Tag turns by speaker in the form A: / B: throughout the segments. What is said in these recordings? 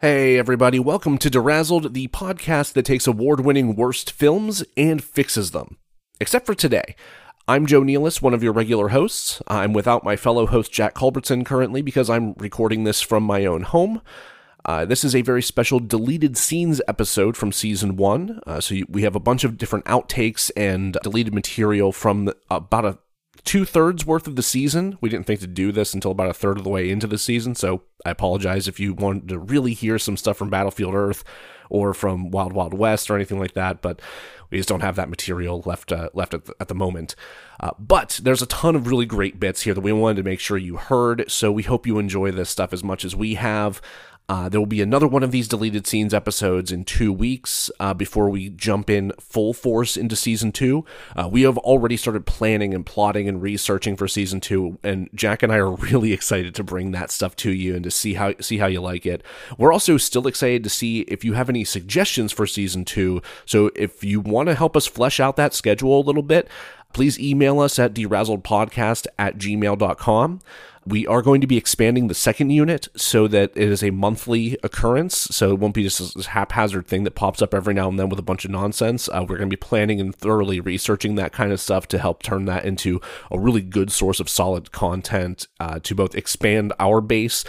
A: Hey, everybody, welcome to Derazzled, the podcast that takes award winning worst films and fixes them. Except for today. I'm Joe Nealis, one of your regular hosts. I'm without my fellow host Jack Culbertson currently because I'm recording this from my own home. Uh, this is a very special deleted scenes episode from season one. Uh, so you, we have a bunch of different outtakes and deleted material from the- about a two thirds worth of the season. We didn't think to do this until about a third of the way into the season, so I apologize if you wanted to really hear some stuff from Battlefield Earth or from Wild Wild West or anything like that, but we just don't have that material left uh, left at the, at the moment. Uh, but there's a ton of really great bits here that we wanted to make sure you heard, so we hope you enjoy this stuff as much as we have. Uh, there will be another one of these deleted scenes episodes in two weeks uh, before we jump in full force into season two. Uh, we have already started planning and plotting and researching for season two, and Jack and I are really excited to bring that stuff to you and to see how see how you like it. We're also still excited to see if you have any suggestions for season two. So if you want to help us flesh out that schedule a little bit, please email us at derazzledpodcast at gmail.com. We are going to be expanding the second unit so that it is a monthly occurrence. So it won't be just this haphazard thing that pops up every now and then with a bunch of nonsense. Uh, we're going to be planning and thoroughly researching that kind of stuff to help turn that into a really good source of solid content uh, to both expand our base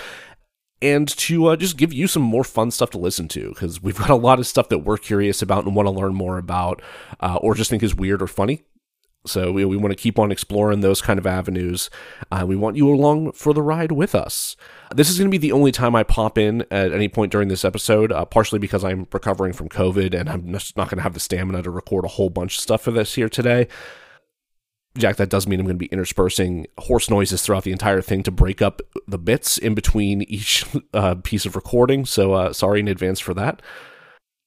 A: and to uh, just give you some more fun stuff to listen to because we've got a lot of stuff that we're curious about and want to learn more about uh, or just think is weird or funny. So we, we want to keep on exploring those kind of avenues. Uh, we want you along for the ride with us. This is going to be the only time I pop in at any point during this episode, uh, partially because I'm recovering from COVID and I'm just not going to have the stamina to record a whole bunch of stuff for this here today. Jack, that does mean I'm going to be interspersing horse noises throughout the entire thing to break up the bits in between each uh, piece of recording. So uh, sorry in advance for that.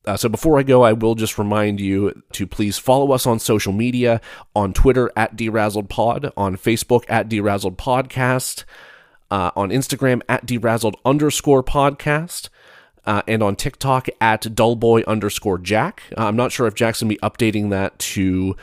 A: Uh, so before I go, I will just remind you to please follow us on social media on Twitter at DerazzledPod, on Facebook at Derazzled Podcast, uh, on Instagram at Derazzled underscore podcast. Uh, and on TikTok at dullboy underscore Jack. Uh, I'm not sure if Jack's gonna be updating that to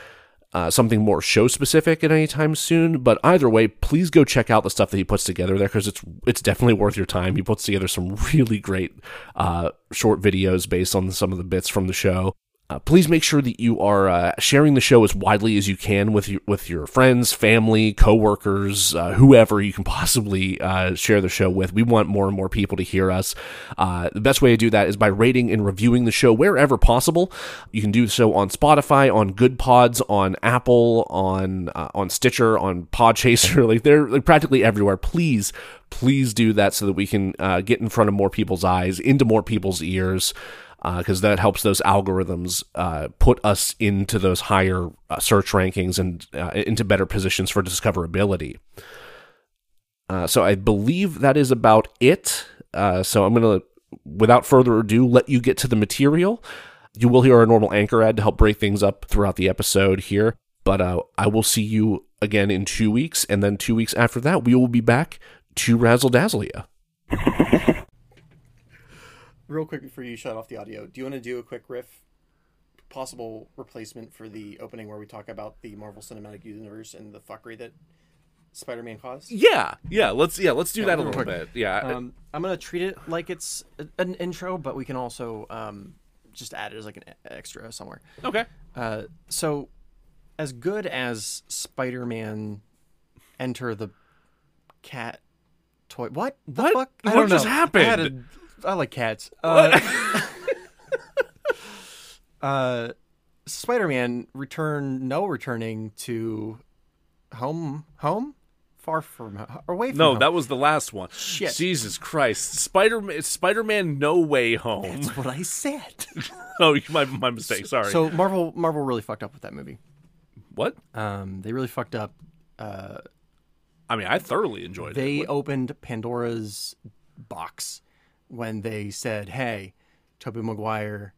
A: uh, something more show specific at any time soon. But either way, please go check out the stuff that he puts together there because it's it's definitely worth your time. He puts together some really great uh, short videos based on some of the bits from the show. Uh, please make sure that you are uh, sharing the show as widely as you can with your, with your friends, family, coworkers, uh, whoever you can possibly uh, share the show with. We want more and more people to hear us. Uh, the best way to do that is by rating and reviewing the show wherever possible. You can do so on Spotify, on Good Pods, on Apple, on uh, on Stitcher, on Podchaser. Like they're, they're practically everywhere. Please, please do that so that we can uh, get in front of more people's eyes, into more people's ears because uh, that helps those algorithms uh, put us into those higher uh, search rankings and uh, into better positions for discoverability. Uh, so I believe that is about it. Uh, so I'm going to, without further ado, let you get to the material. You will hear our normal anchor ad to help break things up throughout the episode here. But uh, I will see you again in two weeks. And then two weeks after that, we will be back to Razzle Dazzle you.
B: real quick before you shut off the audio, do you want to do a quick riff? Possible replacement for the opening where we talk about the Marvel Cinematic Universe and the fuckery that Spider Man caused?
A: Yeah, yeah. Let's yeah, let's do that a
B: real
A: little
B: quick.
A: bit. Yeah,
B: Um, I'm going to treat it like it's a- an intro, but we can also um, just add it as like an e- extra somewhere.
A: Okay.
B: Uh, so, as good as Spider Man enter the cat toy. What? The
A: What?
B: fuck? I
A: What
B: don't
A: just
B: know.
A: happened?
B: I, had a- I like cats. Uh, uh, Spider Man return, no returning to home, home? Far from, ho- away from
A: No,
B: home.
A: that was the last one. Jesus Christ. Spider Spider Man No Way Home.
B: That's what I said.
A: oh, my, my mistake. Sorry.
B: so Marvel, Marvel really fucked up with that movie.
A: what?
B: Um, they really fucked up.
A: I mean, I thoroughly enjoyed it.
B: They opened Pandora's box when they said, "Hey, Tobey Maguire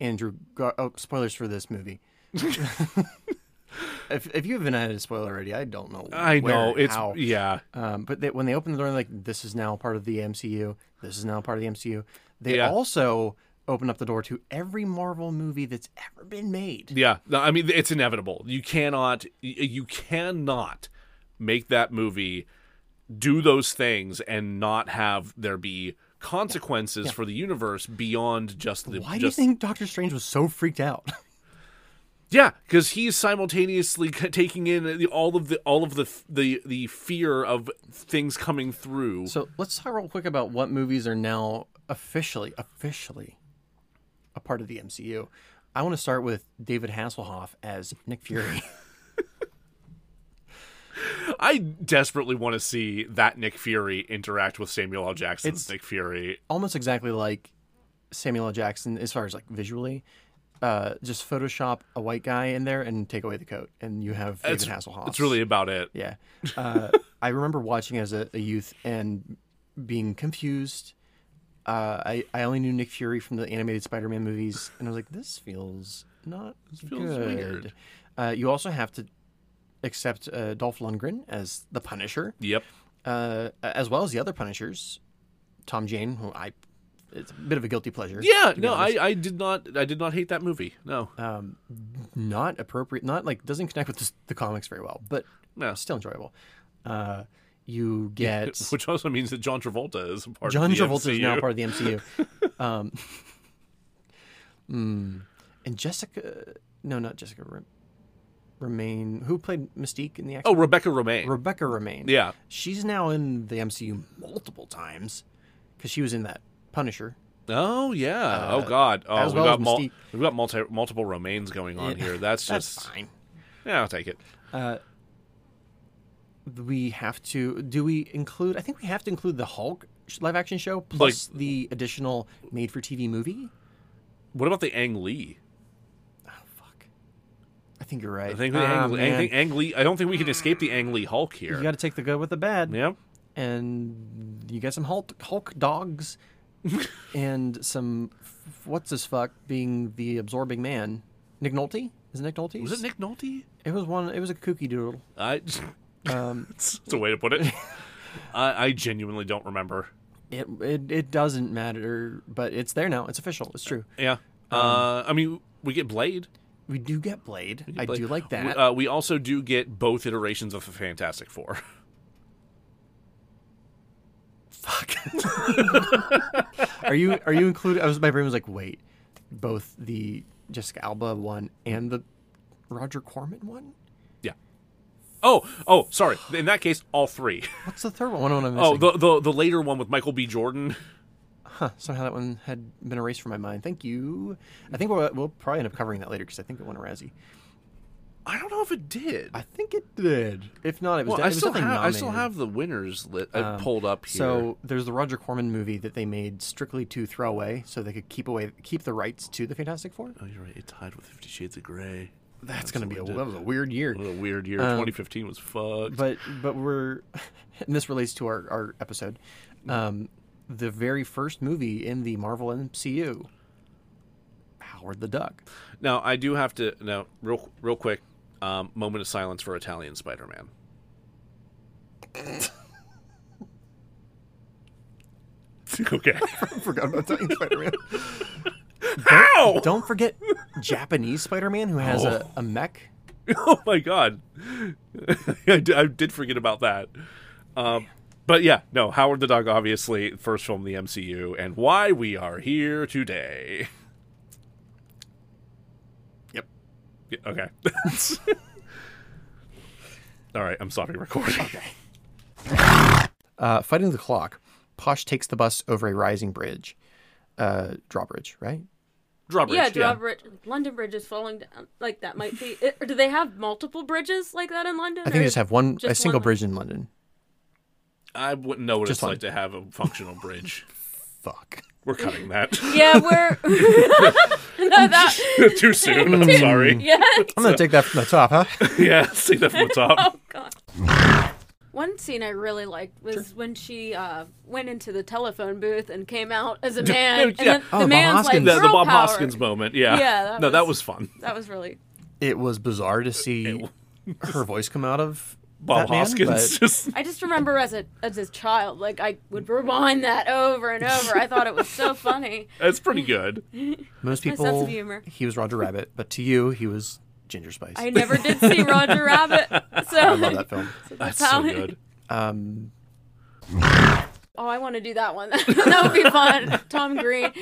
B: Andrew. Gar- oh, spoilers for this movie. if if you haven't had a spoiler already, I don't know.
A: I
B: where
A: know
B: and
A: it's
B: how.
A: yeah.
B: Um, but they, when they opened the door, like this is now part of the MCU. This is now part of the MCU. They
A: Yeah.
B: also open up the door to every Marvel movie that's ever been made.
A: Yeah, no, I mean it's inevitable. You cannot, y- you cannot make that movie do those things and not have there be consequences for the universe beyond just the.
B: Why
A: just,
B: do you think Doctor Strange was so freaked out?
A: Yeah, because he's simultaneously c- taking in the, all of the all of the f- the the fear of things coming through.
B: so let's talk real quick about what movies are now officially, officially a part of the MCU. I want to start with David Hasselhoff as Nick Fury.
A: I desperately want to see that Nick Fury interact with Samuel L. Jackson's
B: It's-
A: Nick Fury.
B: almost exactly like Samuel L. Jackson as far as like visually. Uh, just Photoshop a white guy in there and take away the coat, and you have David Hasselhoff.
A: That's really about it.
B: yeah. Uh, I remember watching as a, a youth and being confused. Uh, I I only knew Nick Fury from the animated Spider-Man movies, and I was like, this feels not
A: feels
B: good.
A: weird.
B: Uh, you also have to accept uh, Dolph Lundgren as the Punisher
A: Yep.
B: uh, as well as the other Punishers, Tom Jane, who I, it's a bit of a guilty pleasure.
A: Yeah. No, I, I did not. I did not hate that movie. No.
B: um, not appropriate, not like doesn't connect with the, the comics very well, but
A: No.
B: still enjoyable. Uh, you get
A: Which also means that John Travolta is a part
B: John
A: of the
B: Travolta is now
A: MCU.
B: part of the MCU. um, mm, and Jessica, no, not Jessica Re- Remain, who played Mystique in the X.
A: Oh, Rebecca Romaine.
B: Rebecca Remain.
A: yeah.
B: she's now in the MCU multiple times because she was in that Punisher.
A: Oh, yeah. oh, God. Oh,
B: Uh, as
A: we've
B: well
A: got
B: as
A: mul-
B: Mystique.
A: we've got multi- multiple Romaines going on here. That's
B: That's
A: just
B: fine.
A: yeah. I'll take it.
B: We have to. Do we include? I think we have to include the Hulk sh- live action show plus the additional made for TV movie.
A: What about the Ang Lee?
B: Oh fuck! I think you're right.
A: I think the
B: Ah,
A: Ang, Lee- I
B: man.
A: think Ang Lee. I don't think we can escape the Ang Lee Hulk here.
B: you got to take the good with the bad,
A: Yeah.
B: and you got some Hulk Hulk dogs, and some f- what's this fuck being the absorbing man, Nick Nolte. Is it Nick Nolte?
A: Was it Nick Nolte?
B: It was one. It was a kooky doodle.
A: I.
B: Um,
A: it's a way to put it. I, I genuinely don't remember.
B: It, it it doesn't matter, but it's there now. It's official. It's true.
A: Yeah. uh, I mean, we get Blade.
B: We do get Blade. Um, I
A: Blade.
B: do like
A: We,
B: that.
A: uh, we also do get both iterations of the Fantastic Four.
B: Fuck. are you are you included? I was my brain was like, wait, both the Jessica Alba one and the Roger Corman one.
A: Yeah. Oh, oh, sorry. In that case, all three.
B: What's the third one? One I'm missing.
A: Oh, the the, the later one with Michael B. Jordan.
B: huh. Somehow that one had been erased from my mind. Thank you. I think we'll, we'll probably end up covering that later because I think it won a Razzie.
A: I don't know if it did.
B: I think it did. If not, it was.
A: well,
B: de-
A: I
B: it was
A: still have
B: definitely
A: I still
B: nominated. Um,
A: have the winners lit uh, pulled up here.
B: So there's the Roger Corman movie that they made strictly to throw away, so they could keep away keep the rights to the Fantastic Four.
A: oh, you're right. It tied with Fifty Shades of Grey.
B: That's gonna be a that was a weird year.
A: What a weird year. 2015 was fucked.
B: But but we're and this relates to our our episode. Um, the very first movie in the Marvel MCU, Howard the Duck.
A: now I do have to now real real quick. Um, moment of silence for Italian Spider-Man. okay.
B: I forgot about Italian Spider-Man.
A: Ow!
B: Don't forget Japanese Spider-Man who has a, a mech.
A: Oh my god, I, d- I did forget about that. Um, but yeah, no, Howard the Dog, obviously first film in the MCU, and why we are here today.
B: Yep.
A: Yeah, okay. All right, I'm stopping recording.
B: Uh, fighting the clock, Posh takes the bus over a rising bridge, uh, drawbridge, right?
A: Drawbridge.
C: yeah, drawbridge. London Bridge is falling down. Like that might be. It, do they have multiple bridges like that in London?
B: I think they just have one a
C: Mhm. just
B: single
C: one-
B: bridge in London.
A: I wouldn't know what
B: Just
A: it's
B: one.
A: like to have a functional bridge.
B: Fuck.
A: We're cutting that
C: Yeah, we're. no, that.
A: too soon. I'm sorry.
C: Yeah.
B: I'm gonna take that from the top, huh?
A: Yeah, see that from the top.
C: Oh God. Oh, One scene I really liked was when she uh, went into the telephone booth and came out as a man. and
A: yeah.
C: then
A: Oh,
C: the
D: Bob
C: man's like,
D: Hoskins.
C: Girl
D: The-
A: the, Bob
C: power.
A: Hoskins moment. Yeah,
C: Yeah, that
A: no, that
C: was-
A: was fun.
C: That was really.
B: It was bizarre to see her voice come out of
A: Bob
B: that man,
A: Hoskins
B: but-
A: just
C: I just remember as a as a child, like I would rewind that over and over. I thought it was so funny.
A: that's pretty good.
B: Most
C: My sense
B: people,
C: of humor.
B: he was Roger Rabbit, but to you, he was Ginger Spice.
C: I never did see Roger Rabbit, so
B: I love that film.
A: That's so good.
B: Um,
C: Oh, I want to do that one. that would be fun. Tom Green.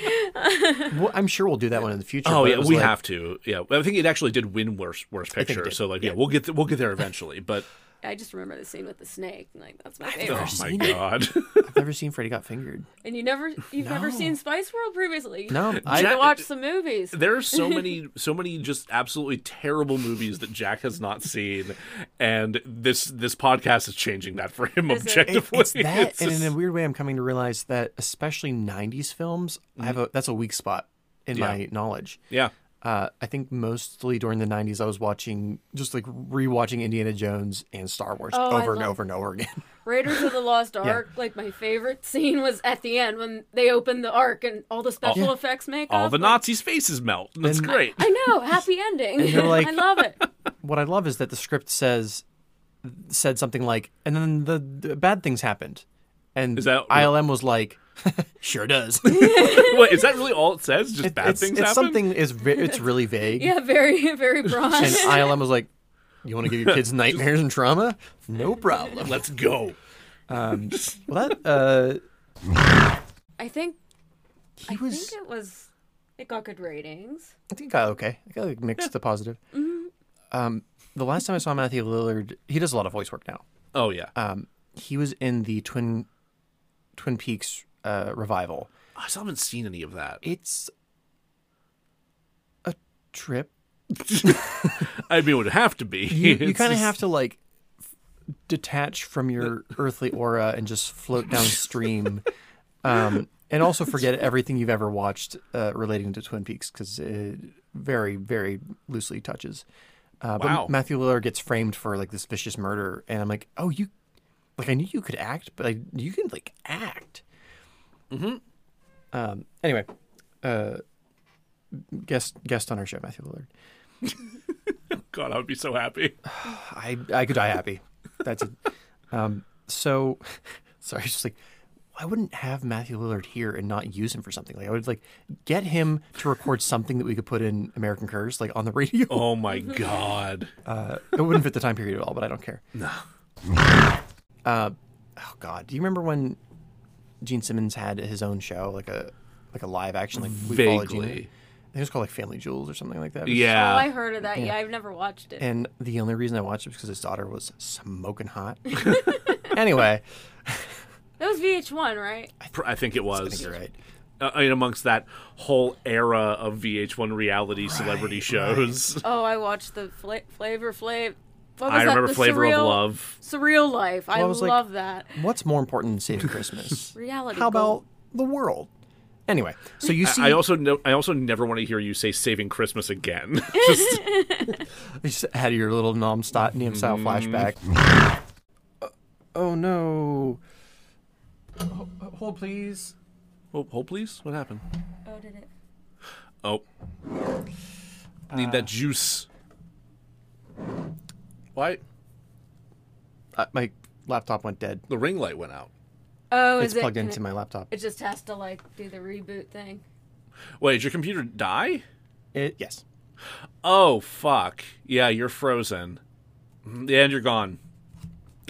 B: well, I'm sure we'll do that one in the future.
A: Oh
B: but it
A: yeah,
B: was
A: we
B: like-
A: have to. Yeah, I think it actually did win worst worst picture.
B: did.
A: So like, yeah, we'll get th- we'll get there eventually. But
C: I just remember the scene with the snake. Like that's my favorite.
A: oh my god,
B: I've never seen Freddy Got Fingered.
C: And you never, you've never seen Spice World previously.
B: No,
C: I
B: I,
A: Jack-
C: to watch some movies.
A: there are so many so many just absolutely terrible movies that Jack has not seen, and this this podcast is changing that for him
C: Is it?
A: objectively.
B: it's that,
A: It's
B: and in
A: just-
B: a weird way, I'm coming to realize that especially '90s films, I have a that's a weak spot in my knowledge.
A: Mm-hmm. yeah,
B: Uh, I think mostly during the '90s, I was watching just like rewatching Indiana Jones and Star Wars
C: Oh, I
B: over and
C: love-
B: over and over again.
C: Raiders of the Lost Ark. Like my favorite scene was at the end when they open the ark and all the special effects make
A: all the Nazis' faces melt. That's
B: And-
A: great.
C: I know, happy ending.
B: they're like-
C: I love it.
B: what I love is that the script says said something like, and then the, the bad things happened, and
A: Is that-
B: ILM was like, sure does.
A: Wait, is that really all it says? Just bad
B: it's
A: things
B: it's
A: happen.
B: something is ve- it's really vague,
C: Yeah, very, very broad.
B: and ILM was like, you want to give your kids nightmares and trauma? No problem.
A: Let's go.
B: Well, that uh,
C: I think,
B: he
C: I
B: was.
C: think it was. It got good ratings.
B: I think it got okay. I got like mixed to positive.
C: Mm-hmm.
B: Um, the last time I saw Matthew Lillard, he does a lot of voice work now.
A: Oh yeah,
B: Um, he was in the Twin Twin Peaks uh, revival.
A: I still haven't seen any of that.
B: It's a trip.
A: I mean, it would have to be.
B: You, you kind of have to like f- detach from your earthly aura and just float downstream, um, and also forget everything you've ever watched uh, relating to Twin Peaks because it very, very loosely touches. Uh,
A: Wow.
B: But Matthew Lillard gets framed for like this vicious murder, and I'm like, oh, you, like I knew you could act, but I, you can like act. Mm-hmm. Um. Anyway, uh, guest guest on our show, Matthew Lillard.
A: God, I would be so happy.
B: I I could die happy. That's it. Um, so sorry, just like I wouldn't have Matthew Lillard here and not use him for something. Like I would like get him to record something that we could put in American Curse, like on the radio.
A: Oh my god.
B: Uh, it wouldn't fit the time period at all, but I don't care. No. Uh, oh God, do you remember when Gene Simmons had his own show, like a like a live action, like we followed Gene? I
A: Vaguely.
B: think it was called like Family Jewels or something like that.
A: Yeah.
C: Oh, I heard of that. Yeah, I've never watched it.
B: And the only reason I watched it was because his daughter was smoking hot. anyway,
C: That was VH1, right?
A: Pr- I think it
B: I think
A: was.
B: you're right.
A: Uh, I mean, amongst that whole era of VH1 reality celebrity shows,
C: Oh, I watched the fla- Flavor Flav.
B: Oh,
C: What was
A: I
C: that?
A: remember
C: The
A: Flavor
C: surreal,
A: of Love.
C: Surreal Life. I,
B: Well, I was like-
C: love that.
B: What's more important than saving Christmas?
C: Reality
B: How about
C: gold.
B: the world? Anyway, so you see,
A: I also know. I also never want to hear you say "Saving Christmas" again. Just
B: you just had your little nom style style flashback. Uh, oh no! Ho- Hold please.
A: oh, hold, please. What happened?
C: Oh, did it?
A: Oh,
B: Uh,
A: need that juice. Why
B: Uh, my laptop went dead.
A: the ring light went out?
C: Oh,
B: It's
C: is it?
B: plugged
C: can
B: into
C: it,
B: my laptop.
C: it just has to like do the reboot thing.
A: Wait, did your computer die?
B: It, yes.
A: Oh fuck! Yeah, you're frozen. Mm, Yeah, and you're gone.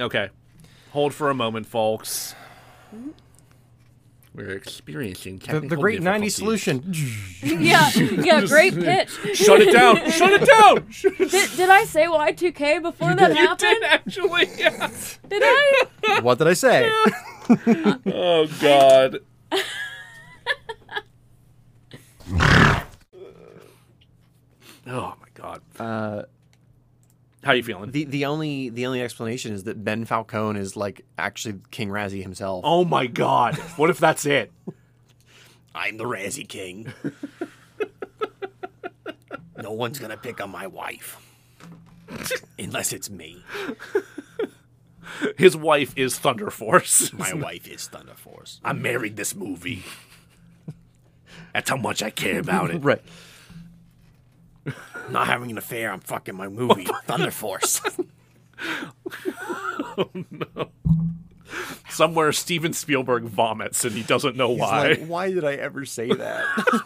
A: Okay, hold for a moment, folks. We're experiencing
B: The,
A: technical
B: the great
A: difficulties.
B: '90s solution.
C: yeah, yeah. Great pitch.
A: Shut it down! Shut it down! Shut it
C: Did, did I say Y2K before that happened?
A: down, Actually, yes.
C: Did I?
B: what did I say?
A: Oh god. oh my god.
B: Uh,
A: How you feeling?
B: The the only the only explanation is that Ben Falcone is like actually King Razzie himself.
A: oh my god. What if that's it?
B: I'm the Razzie King. no one's gonna pick on my wife. Unless it's me.
A: His wife is Thunder Force.
E: My wife is Thunder Force.
A: I married this movie. That's how much I care about it.
B: Right.
E: I'm not having an affair. I'm fucking my movie, Thunder Force.
A: Somewhere Steven Spielberg vomits and he doesn't know why.
E: Like, why did I ever say that?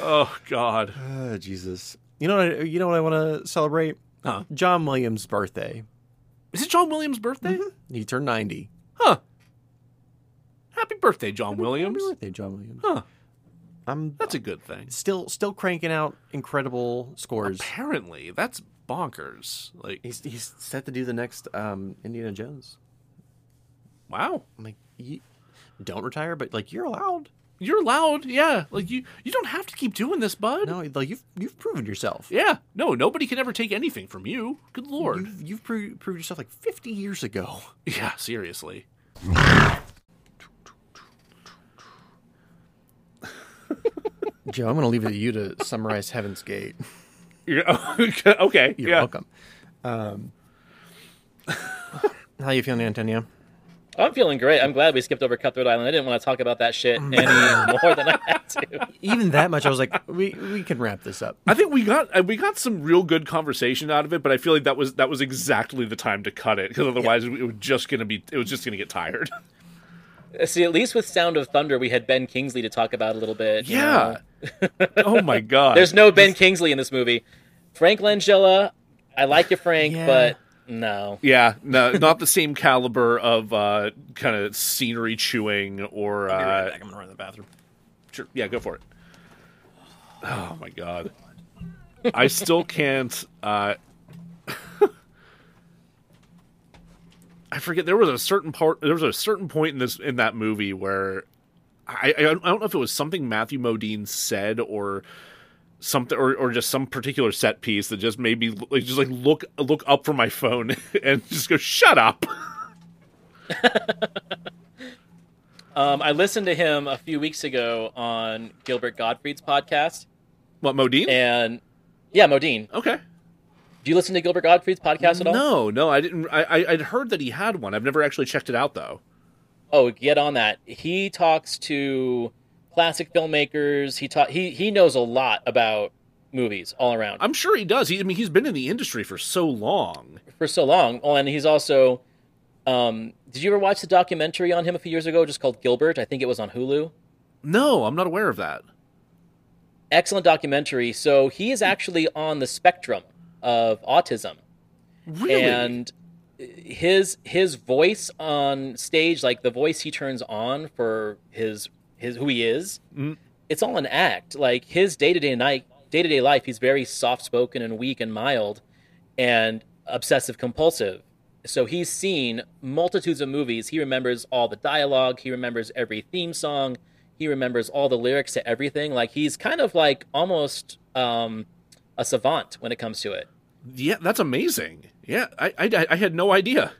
A: oh God.
E: Ah, Jesus.
B: You know what? I, you know what I want to celebrate?
A: Huh.
B: John Williams' birthday.
A: Is it John Williams' birthday?
B: He turned ninety.
A: Huh. Happy birthday, John Williams.
B: Happy birthday, John Williams.
A: Huh.
B: I'm
A: That's a good thing.
B: still still cranking out incredible scores.
A: Apparently, that's bonkers. Like,
B: He's he's set to do the next um, Indiana Jones.
A: wow.
B: I'm like, you don't retire, but like you're allowed.
A: You're loud. Yeah. Like you you don't have to keep doing this, bud.
B: No, like you've you've proven yourself.
A: Yeah. No, nobody can ever take anything from you. Good lord.
B: You've, you've pro- proved yourself like 50 years ago.
A: Yeah, seriously.
B: Joe, I'm going to leave it to you to summarize Heaven's Gate.
A: Yeah. okay.
B: You're
A: yeah.
B: welcome. Um, how you feeling, Antonio?
F: I'm feeling great. I'm glad we skipped over Cutthroat Island. I didn't want to talk about that
A: Oh
F: shit any more than I had to.
B: Even that much, I was like, we we can wrap this up.
A: I think we got uh, we got some real good conversation out of it, but I feel like that was that was exactly the time to cut it because otherwise it was just gonna be it was just gonna get tired.
F: See, at least with Sound of Thunder, we had Ben Kingsley to talk about a little bit. you know?
A: Yeah. oh my god.
F: There's no Ben Kingsley in this movie. Frank Langella, I like you, Frank,
B: Yeah.
F: but no.
A: Yeah, no, not the same caliber of uh, kind of scenery chewing or
E: Be right
A: uh,
E: back. I'm gonna run to the bathroom.
A: Sure. Yeah, go for it. Oh my god. I still can't uh I forget there was a certain part there was a certain point in this in that movie where I I don't I don't know if it was something Matthew Modine said or something or, or just some particular set piece that just made me like, just like look look up from my phone and just go shut up.
F: Um, I listened to him a few weeks ago on Gilbert Gottfried's podcast,
A: What Modine?
F: and yeah, Modine.
A: okay.
F: Do you listen to Gilbert Gottfried's podcast at all?
A: No, no, I didn't I, I I'd heard that he had one. I've never actually checked it out though.
F: Oh, get on that. He talks to classic filmmakers. He ta- he he knows a lot about movies all around
A: I'm sure he does. He, I mean, he's been in the industry for so long.
F: for so long. Oh, and he's also. Um, did you ever watch the documentary on him a few years ago, just called Gilbert? I think it was on Hulu.
A: No, I'm not aware of that.
F: Excellent documentary. So he is actually on the spectrum of autism.
A: Really?
F: and his his voice on stage like the voice he turns on for his his who he is it's all an act like his day-to-day night day-to-day life he's very soft-spoken and weak and mild and obsessive compulsive so he's seen multitudes of movies he remembers all the dialogue he remembers every theme song he remembers all the lyrics to everything like he's kind of like almost um, a savant when it comes to it
A: yeah, that's amazing. Yeah, I, I, I had no idea.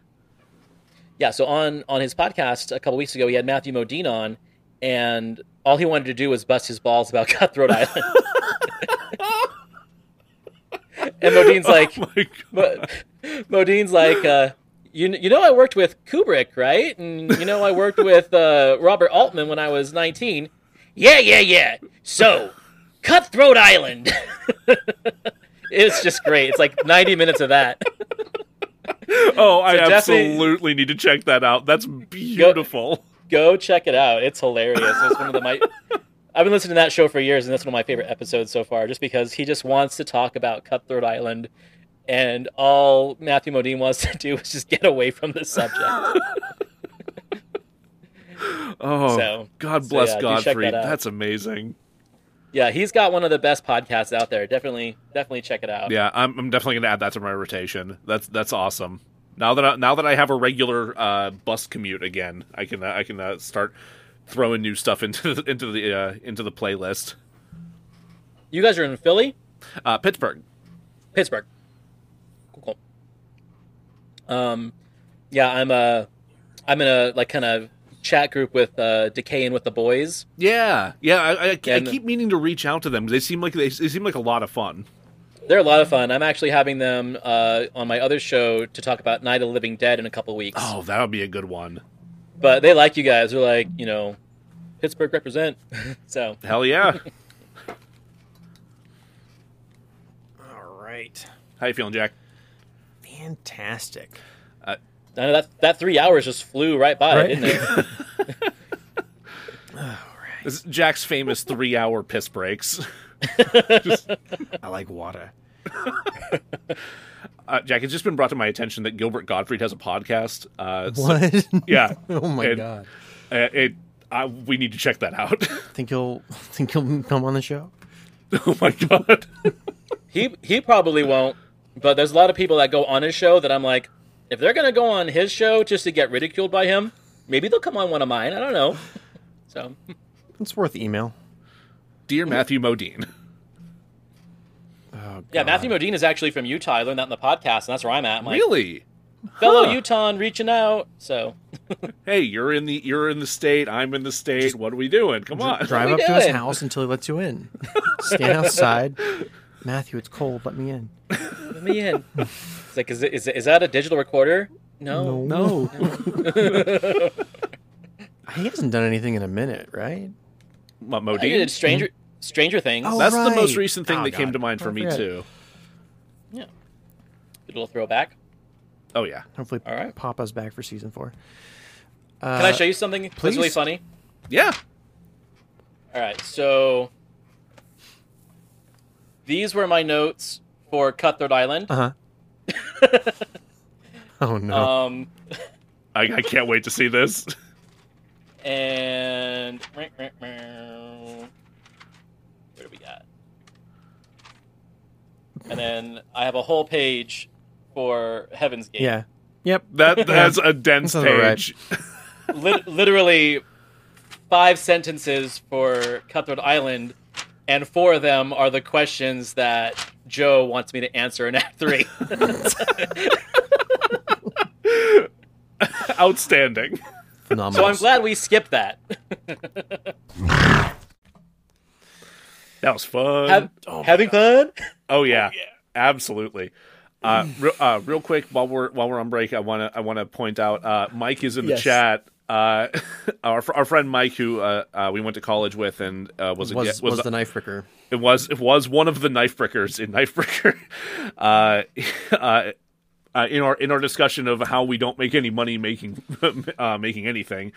F: yeah so on on his podcast a couple weeks ago he had matthew modine on and all he wanted to do was bust his balls about cutthroat island and modine's like
A: Like,
F: Mo- modine's like uh, you, you know i worked with kubrick right and you know i worked with uh, robert altman when i was 19 yeah yeah yeah so cutthroat island it's just great it's like 90 minutes of that
A: oh, I
F: definitely-
A: absolutely need to check that out. That's beautiful.
F: go check it out. It's hilarious. It's one of the my. I've been listening to that show for years, and that's one of my favorite episodes so far, just because he just wants to talk about Cutthroat Island, and all Matthew Modine wants to do is just get away from the subject.
A: Oh,
F: So-
A: God
F: so
A: bless
F: yeah, do check
A: Godfrey.
F: that out.
A: that's amazing.
F: yeah, he's got one of the best podcasts out there. Definitely, definitely check it out.
A: Yeah, I'm, I'm definitely gonna add that to my rotation. That's that's awesome. Now that I, now that I have a regular uh, bus commute again, I can uh, I can uh, start throwing new stuff into the, into the uh, into the playlist.
F: You guys are in Philly,
A: Uh, Pittsburgh.
F: Pittsburgh. Cool. cool. Um, yeah, I'm uh, I'm in a like kind of chat group with uh, Decaying with the Boys.
A: Yeah, yeah. I, I, I
F: And-
A: keep meaning to reach out to them. They seem like they, they seem like a lot of fun.
F: They're a lot of fun. I'm actually having them uh, on my other show to talk about Night of the Living Dead in a couple weeks.
A: Oh, that would be a good one.
F: But they like you guys. They're like, you know, Pittsburgh represent. so
A: Hell yeah.
G: All right.
A: How you feeling, Jack?
G: Fantastic.
F: I know that that three hours just flew right by,
H: Right.
F: didn't it?
A: This is Jack's famous three-hour piss breaks.
G: I like water.
A: Uh, Jack, it's just been brought to my attention that Gilbert Gottfried has a podcast. Uh, so-
H: What?
A: yeah.
H: oh my
A: And,
H: god!
A: uh, it, I, we need to check that out.
H: Think you'll think you'll come on the show?
A: oh my god.
F: he he probably won't. But there's a lot of people that go on his show that I'm like, if they're gonna go on his show just to get ridiculed by him, maybe they'll come on one of mine. I don't know. So
H: It's worth email.
A: Dear Matthew Modine.
F: yeah, Matthew Modine is actually from Utah. I learned that in the podcast, and that's where I'm at. I'm like,
A: Really?
F: fellow
A: Huh.
F: Utah reaching out. So
A: Hey, you're in the you're in the state. I'm in the state. what are we doing? Come on.
H: Drive
F: we
H: up to his
F: doing?
H: house until he lets you in. Stand outside. Matthew, it's cold. Let me in.
F: let me in. It's like, is, it, is, it, is that a digital recorder? No.
H: No. he hasn't done anything in a minute, right?
A: What,
F: I did
A: Modine.
F: Stranger Stranger Things.
H: Oh.
A: That's the most
H: Right.
A: recent thing
G: Oh,
A: that came
G: God.
A: to mind for
H: I
A: me
H: forgot.
A: too.
F: Yeah. Good little throwback.
A: Oh yeah.
H: Hopefully,
F: All right.
H: Papa's back for season four.
F: Can I show you something that's really
H: Uh, please.
F: funny?
A: Yeah.
F: All right, so these were my notes for Cutthroat Island.
H: Uh huh. oh no!
F: Um,
A: I, I can't wait to see this.
F: and what do we got? And then I have a whole page for Heaven's Gate.
H: yeah. Yep.
A: That that's a dense
H: That sounds
A: page.
F: Lit- literally five sentences for Cutthroat Island, and four of them are the questions that Joe wants me to answer in Act Three.
A: Outstanding.
F: so
H: Phenomenal.
F: I'm glad we skipped that.
A: That was fun.
F: Have- having fun?
A: oh yeah. Absolutely. Uh, re- uh, real quick, while we're while we're on break, I wanna I wanna point out uh, Mike is in the
H: Yes.
A: chat. Uh, our fr- our friend Mike, who uh, uh, we went to college with, and uh, was a,
H: was
A: was,
H: was,
A: a-
H: the knife bricker?
A: It was it was one of the knife brickers in knife bricker. Uh, uh, uh, in our in our discussion of how we don't make any money making uh, making anything,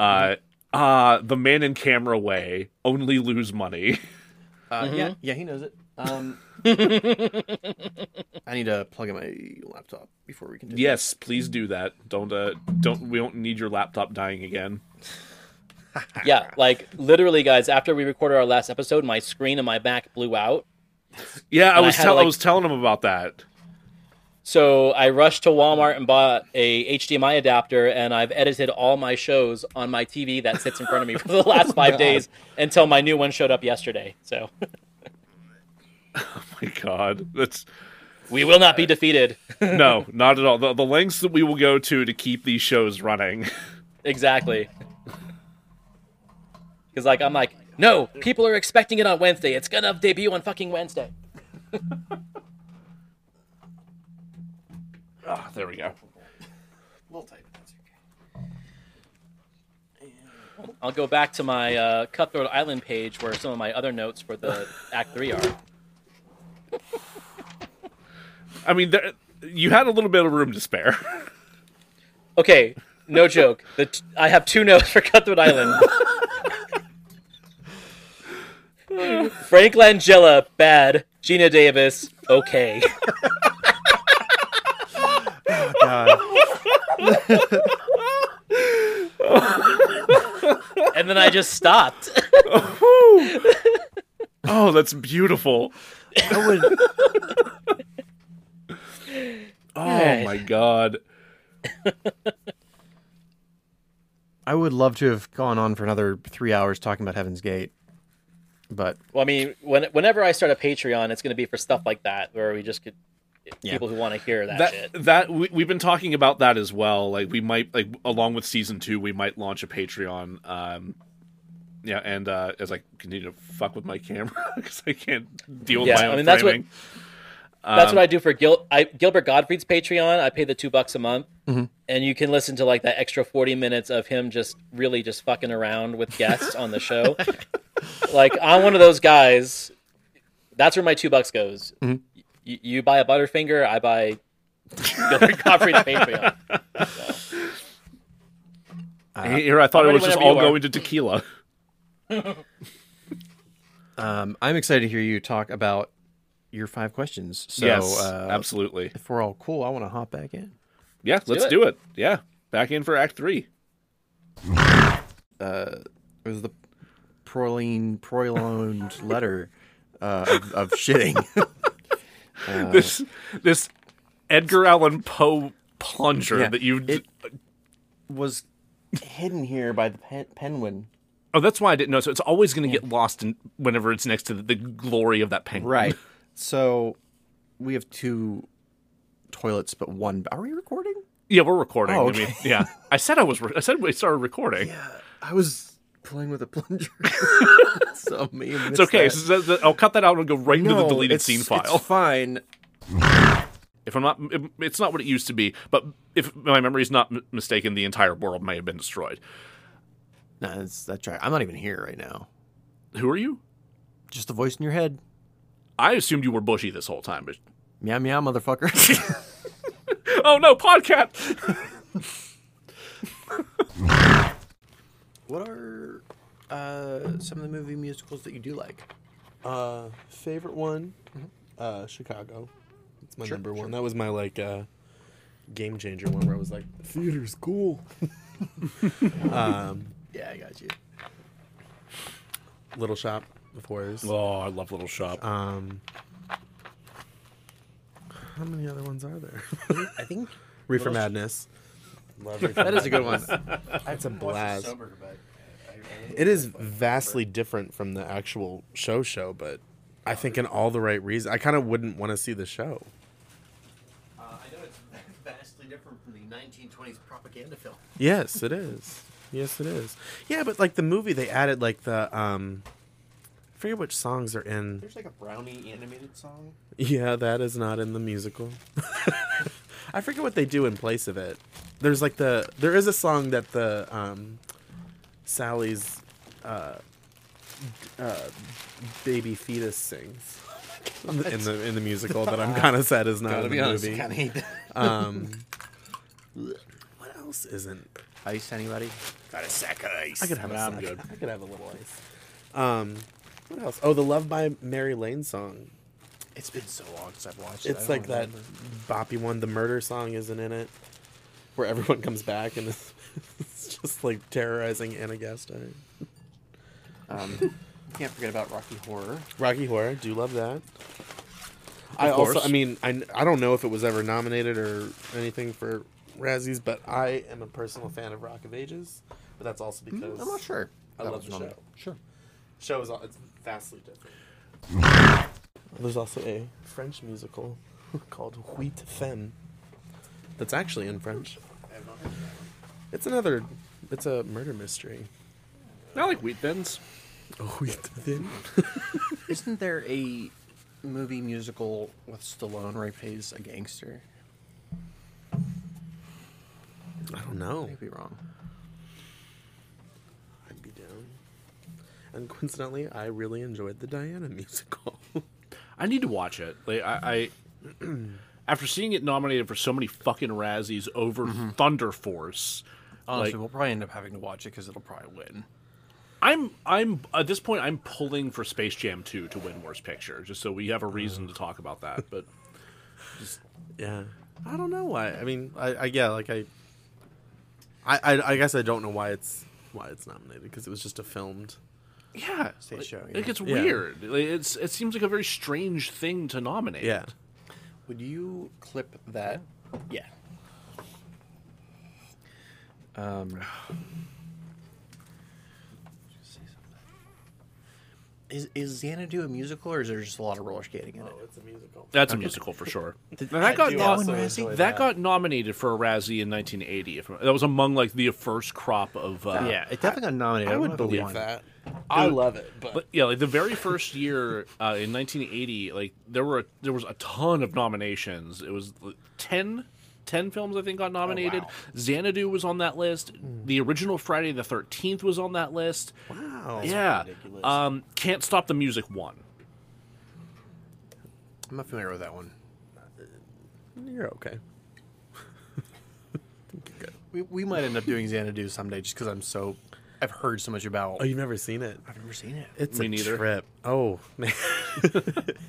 A: uh, uh, the man in camera way only lose money.
H: Uh,
B: Mm-hmm.
H: Yeah, yeah, he knows it. Um, I need to plug in my laptop before we continue.
A: yes, please do that. Don't uh, don't we don't need your laptop dying again.
F: Yeah, like literally, guys. After we recorded our last episode, my screen and my back blew out.
A: Yeah, I
F: And I
A: was
F: had to,
A: tell- I
F: like-
A: was telling him about that.
F: So I rushed to Walmart and bought a HDMI adapter, and I've edited all my shows on my TV that sits in front of me for the last five days until my new one showed up yesterday. So
A: Oh My God, that's
F: we will not be defeated.
A: no, not at all. The, the lengths that we will go to to keep these shows running.
F: exactly. Because like I'm like, no, people are expecting it on Wednesday. It's gonna debut on fucking Wednesday.
A: Ah, there we go.
F: I'll go back to my uh, Cutthroat Island page where some of my other notes for the Act Three are.
A: I mean, there, you had a little bit of room to spare.
F: Okay, no joke. The t- I have two notes for Cutthroat Island. Frank Langella, bad. Gina Davis, okay. and then I just stopped.
A: Oh, that's beautiful.
H: I would.
A: Oh
F: Alright.
A: my god.
H: I would love to have gone on for another three hours talking about Heaven's Gate, but
F: Well, I mean, when, whenever I start a Patreon, it's going to be for stuff like that, where we just could
H: Yeah.
F: people who want to hear that,
A: That
F: shit.
A: that we, we've been talking about that as well. Like we might like along with season 2, we might launch a Patreon um yeah, and uh, as I continue to fuck with my camera because I can't deal with
F: Yeah,
A: my
F: I
A: own
F: mean, that's what-
A: framing.
F: That's
B: Um,
F: what I do for Gil- I, Gilbert Gottfried's Patreon. I pay the two bucks a month,
B: Mm-hmm.
F: and you can listen to like that extra forty minutes of him just really just fucking around with guests on the show. Like I'm one of those guys. That's where my two bucks goes.
B: Mm-hmm.
F: Y- you buy a Butterfinger, I buy Gilbert Gottfried's Patreon.
A: Uh, Here, I thought it
F: I'm ready
A: was just
F: whenever you
A: all
F: are.
A: going to tequila.
B: Um, I'm excited to hear you talk about your five questions. So,
A: yes,
B: uh,
A: absolutely.
B: if we're all cool, I want to hop back in.
A: Yeah, let's, do,
F: do it.
A: it. Yeah, back in for Act Three.
B: It was the proline proiloned letter uh, of, of shitting.
A: this this Edgar Allan Poe plunger
B: Yeah,
A: that you.
B: it- was hidden here by the pen- penguin.
A: oh, that's why I didn't know. So it's always going to get lost in, whenever it's next to the, the glory of that penguin.
B: Right. So we have two toilets, but one. Are we recording?
A: Yeah, we're recording.
B: Oh,
A: I mean, yeah. I said I was. Re- I said we started recording.
B: I was playing with a plunger. so maybe
A: it's okay. So that- that- I'll cut that out and go right into the deleted scene file.
B: It's fine.
A: if I'm not, it- it's not what it used to be. But if my memory is not m- mistaken, the entire world may have been destroyed.
B: No, that's, that's right. I'm not even here right now.
A: Who are you?
B: Just a voice in your head.
A: I assumed you were Bushy this whole time. But
B: Meow meow, motherfucker.
A: oh no, podcast.
B: what are uh, some of the movie musicals that you do like?
I: Uh, favorite one, uh, Chicago. It's my number one. That was my like uh, game changer one where I was like, theater's cool. um,
B: Yeah, I got you.
I: Little Shop, of course.
A: Oh, I love Little Shop.
I: Um, how many other ones are there?
B: I think
I: Reefer Madness. Love Reefer
B: that is a good one.
I: That's a blast. It is vastly different from the actual show show, but I think in all the right reasons. I kind of wouldn't want to see the show.
J: uh, I know it's vastly different from the 1920s propaganda film.
I: Yes, it is. Yes, it is. Yeah, but like the movie, they added like the um, I forget which songs are in.
J: There's like a brownie animated song.
I: Yeah, that is not in the musical. I forget what they do in place of it. There's like the there is a song that the um, Sally's uh, uh, baby fetus sings in the in the, in the musical that I'm kind of sad is not in the movie.
J: Kind of hate that.
I: Um, what else isn't?
B: Ice anybody?
J: Got a sack of ice.
I: I could have a
A: Nah, I'm
I: snack.
A: good.
I: I could have a little ice. Um, what else? Oh, the Love by Mary Lane song.
J: It's been so long since I've watched it. I
I: It's
J: don't
I: like that
J: remember.
I: boppy one. The murder song isn't in it, where everyone comes back and it's, it's just like terrorizing Anagasta.
B: Um, can't forget about Rocky Horror.
I: Rocky Horror, do love that. I also,
A: course.
I: I mean, I, I don't know if it was ever nominated or anything for Razzies, but I am a personal fan of Rock of Ages. But that's also because
B: Mm, I'm not sure.
I: I
B: That
I: love
B: was
I: the
B: nominated.
I: show. Sure. Show is all, it's vastly different. There's also a French musical called Huit Femme that's actually in French. It's another, it's a murder mystery. Oh,
A: I like wheat thins.
I: Huit Femme?
B: Isn't there a movie musical with Stallone where he plays a gangster?
I: I don't know.
B: I could be wrong.
I: I'd be down. And coincidentally, I really enjoyed the Diana musical.
A: I need to watch it. Like I, I after seeing it nominated for so many fucking Razzies over Thunder Force,
B: Honestly,
A: like
B: we'll probably end up having to watch it because it'll probably win.
A: I'm I'm at this point I'm pulling for Space Jam 2 to win Worst Picture, just so we have a reason to talk about that. But
I: yeah. I don't know why. I mean, I, I yeah, like I, I, I, I guess I don't know why it's why it's nominated because it was just a filmed.
A: yeah,
B: Stage
A: like,
B: show,
A: like
B: yeah.
A: it's weird. Like, it's it seems like a very strange thing to nominate.
I: Yeah.
B: Would you clip that? Yeah. Um, Is is Xanadu a musical, or is there just a lot of roller skating in it?
J: Oh,
I: it's a musical.
A: That's a musical for sure. And
I: I
A: Oh, that got
I: do
A: nom-
I: also
A: that,
I: enjoy that.
A: got nominated for a Razzie in 1980. If, that was among like the first crop of uh,
B: yeah, it definitely got nominated. I, would believe
I: that. I love it, but,
A: But yeah, like the very first year uh, in 1980, like there were there was a ton of nominations. It was like, 10, 10 films I think
I: Oh,
A: got nominated. Xanadu was on that list. The original Friday the 13th was on that list.
I: Hmm. wow.
A: yeah.
I: ridiculous.
A: Um, Can't Stop the Music won.
B: I'm not familiar with that one.
I: You're okay.
B: We, we might end up doing Xanadu someday, just because I'm so I've heard so much about.
I: Oh, you've never seen it?
B: I've never seen it.
I: It's
A: Me
I: a
A: neither.
I: trip. Oh man,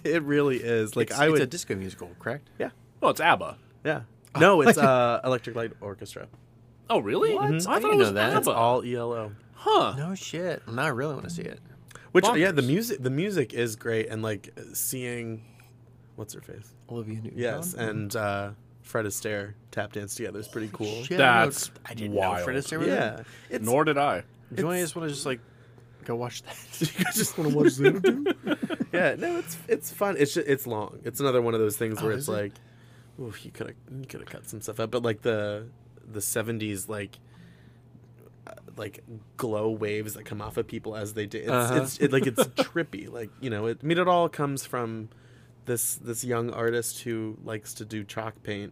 I: it really is. Like
B: It's,
I: I
B: it's
I: would.
B: a disco musical, correct?
I: yeah,
A: Well, Oh, it's ABBA.
I: yeah. No, it's uh, Electric Light Orchestra.
A: Oh, really?
B: What?
I: Mm-hmm.
A: Mhm.
B: I
A: I thought
B: didn't
A: it
B: know
A: was
B: that.
A: that.
I: It's
A: ABBA.
I: all E ELO.
A: huh.
B: No shit. Now I really want to see it.
I: Which yeah, the
A: Bonkers.
I: music the music is great, and like seeing, what's her face?
B: Olivia Newton.
I: Yes, and uh, Fred Astaire tap dance together is pretty cool.
B: Shit, I
A: That's
B: didn't know- I didn't know Fred
A: wild.
B: Astaire was in it.
I: Yeah, it's
A: Nor did I.
B: Do I just want to just like go watch that?
I: you guys just want to watch Xanadu? yeah, no, it's it's fun. It's just, it's long. It's another one of those things where it's
B: Oh, is it?
I: like, ooh, you could have you could have cut some stuff out, but like the the seventies like uh, like glow waves that come off of people as they do. It's,
B: Uh-huh.
I: it's it, like it's trippy. Like you know, it, I mean, it all comes from this this young artist who likes to do chalk paint.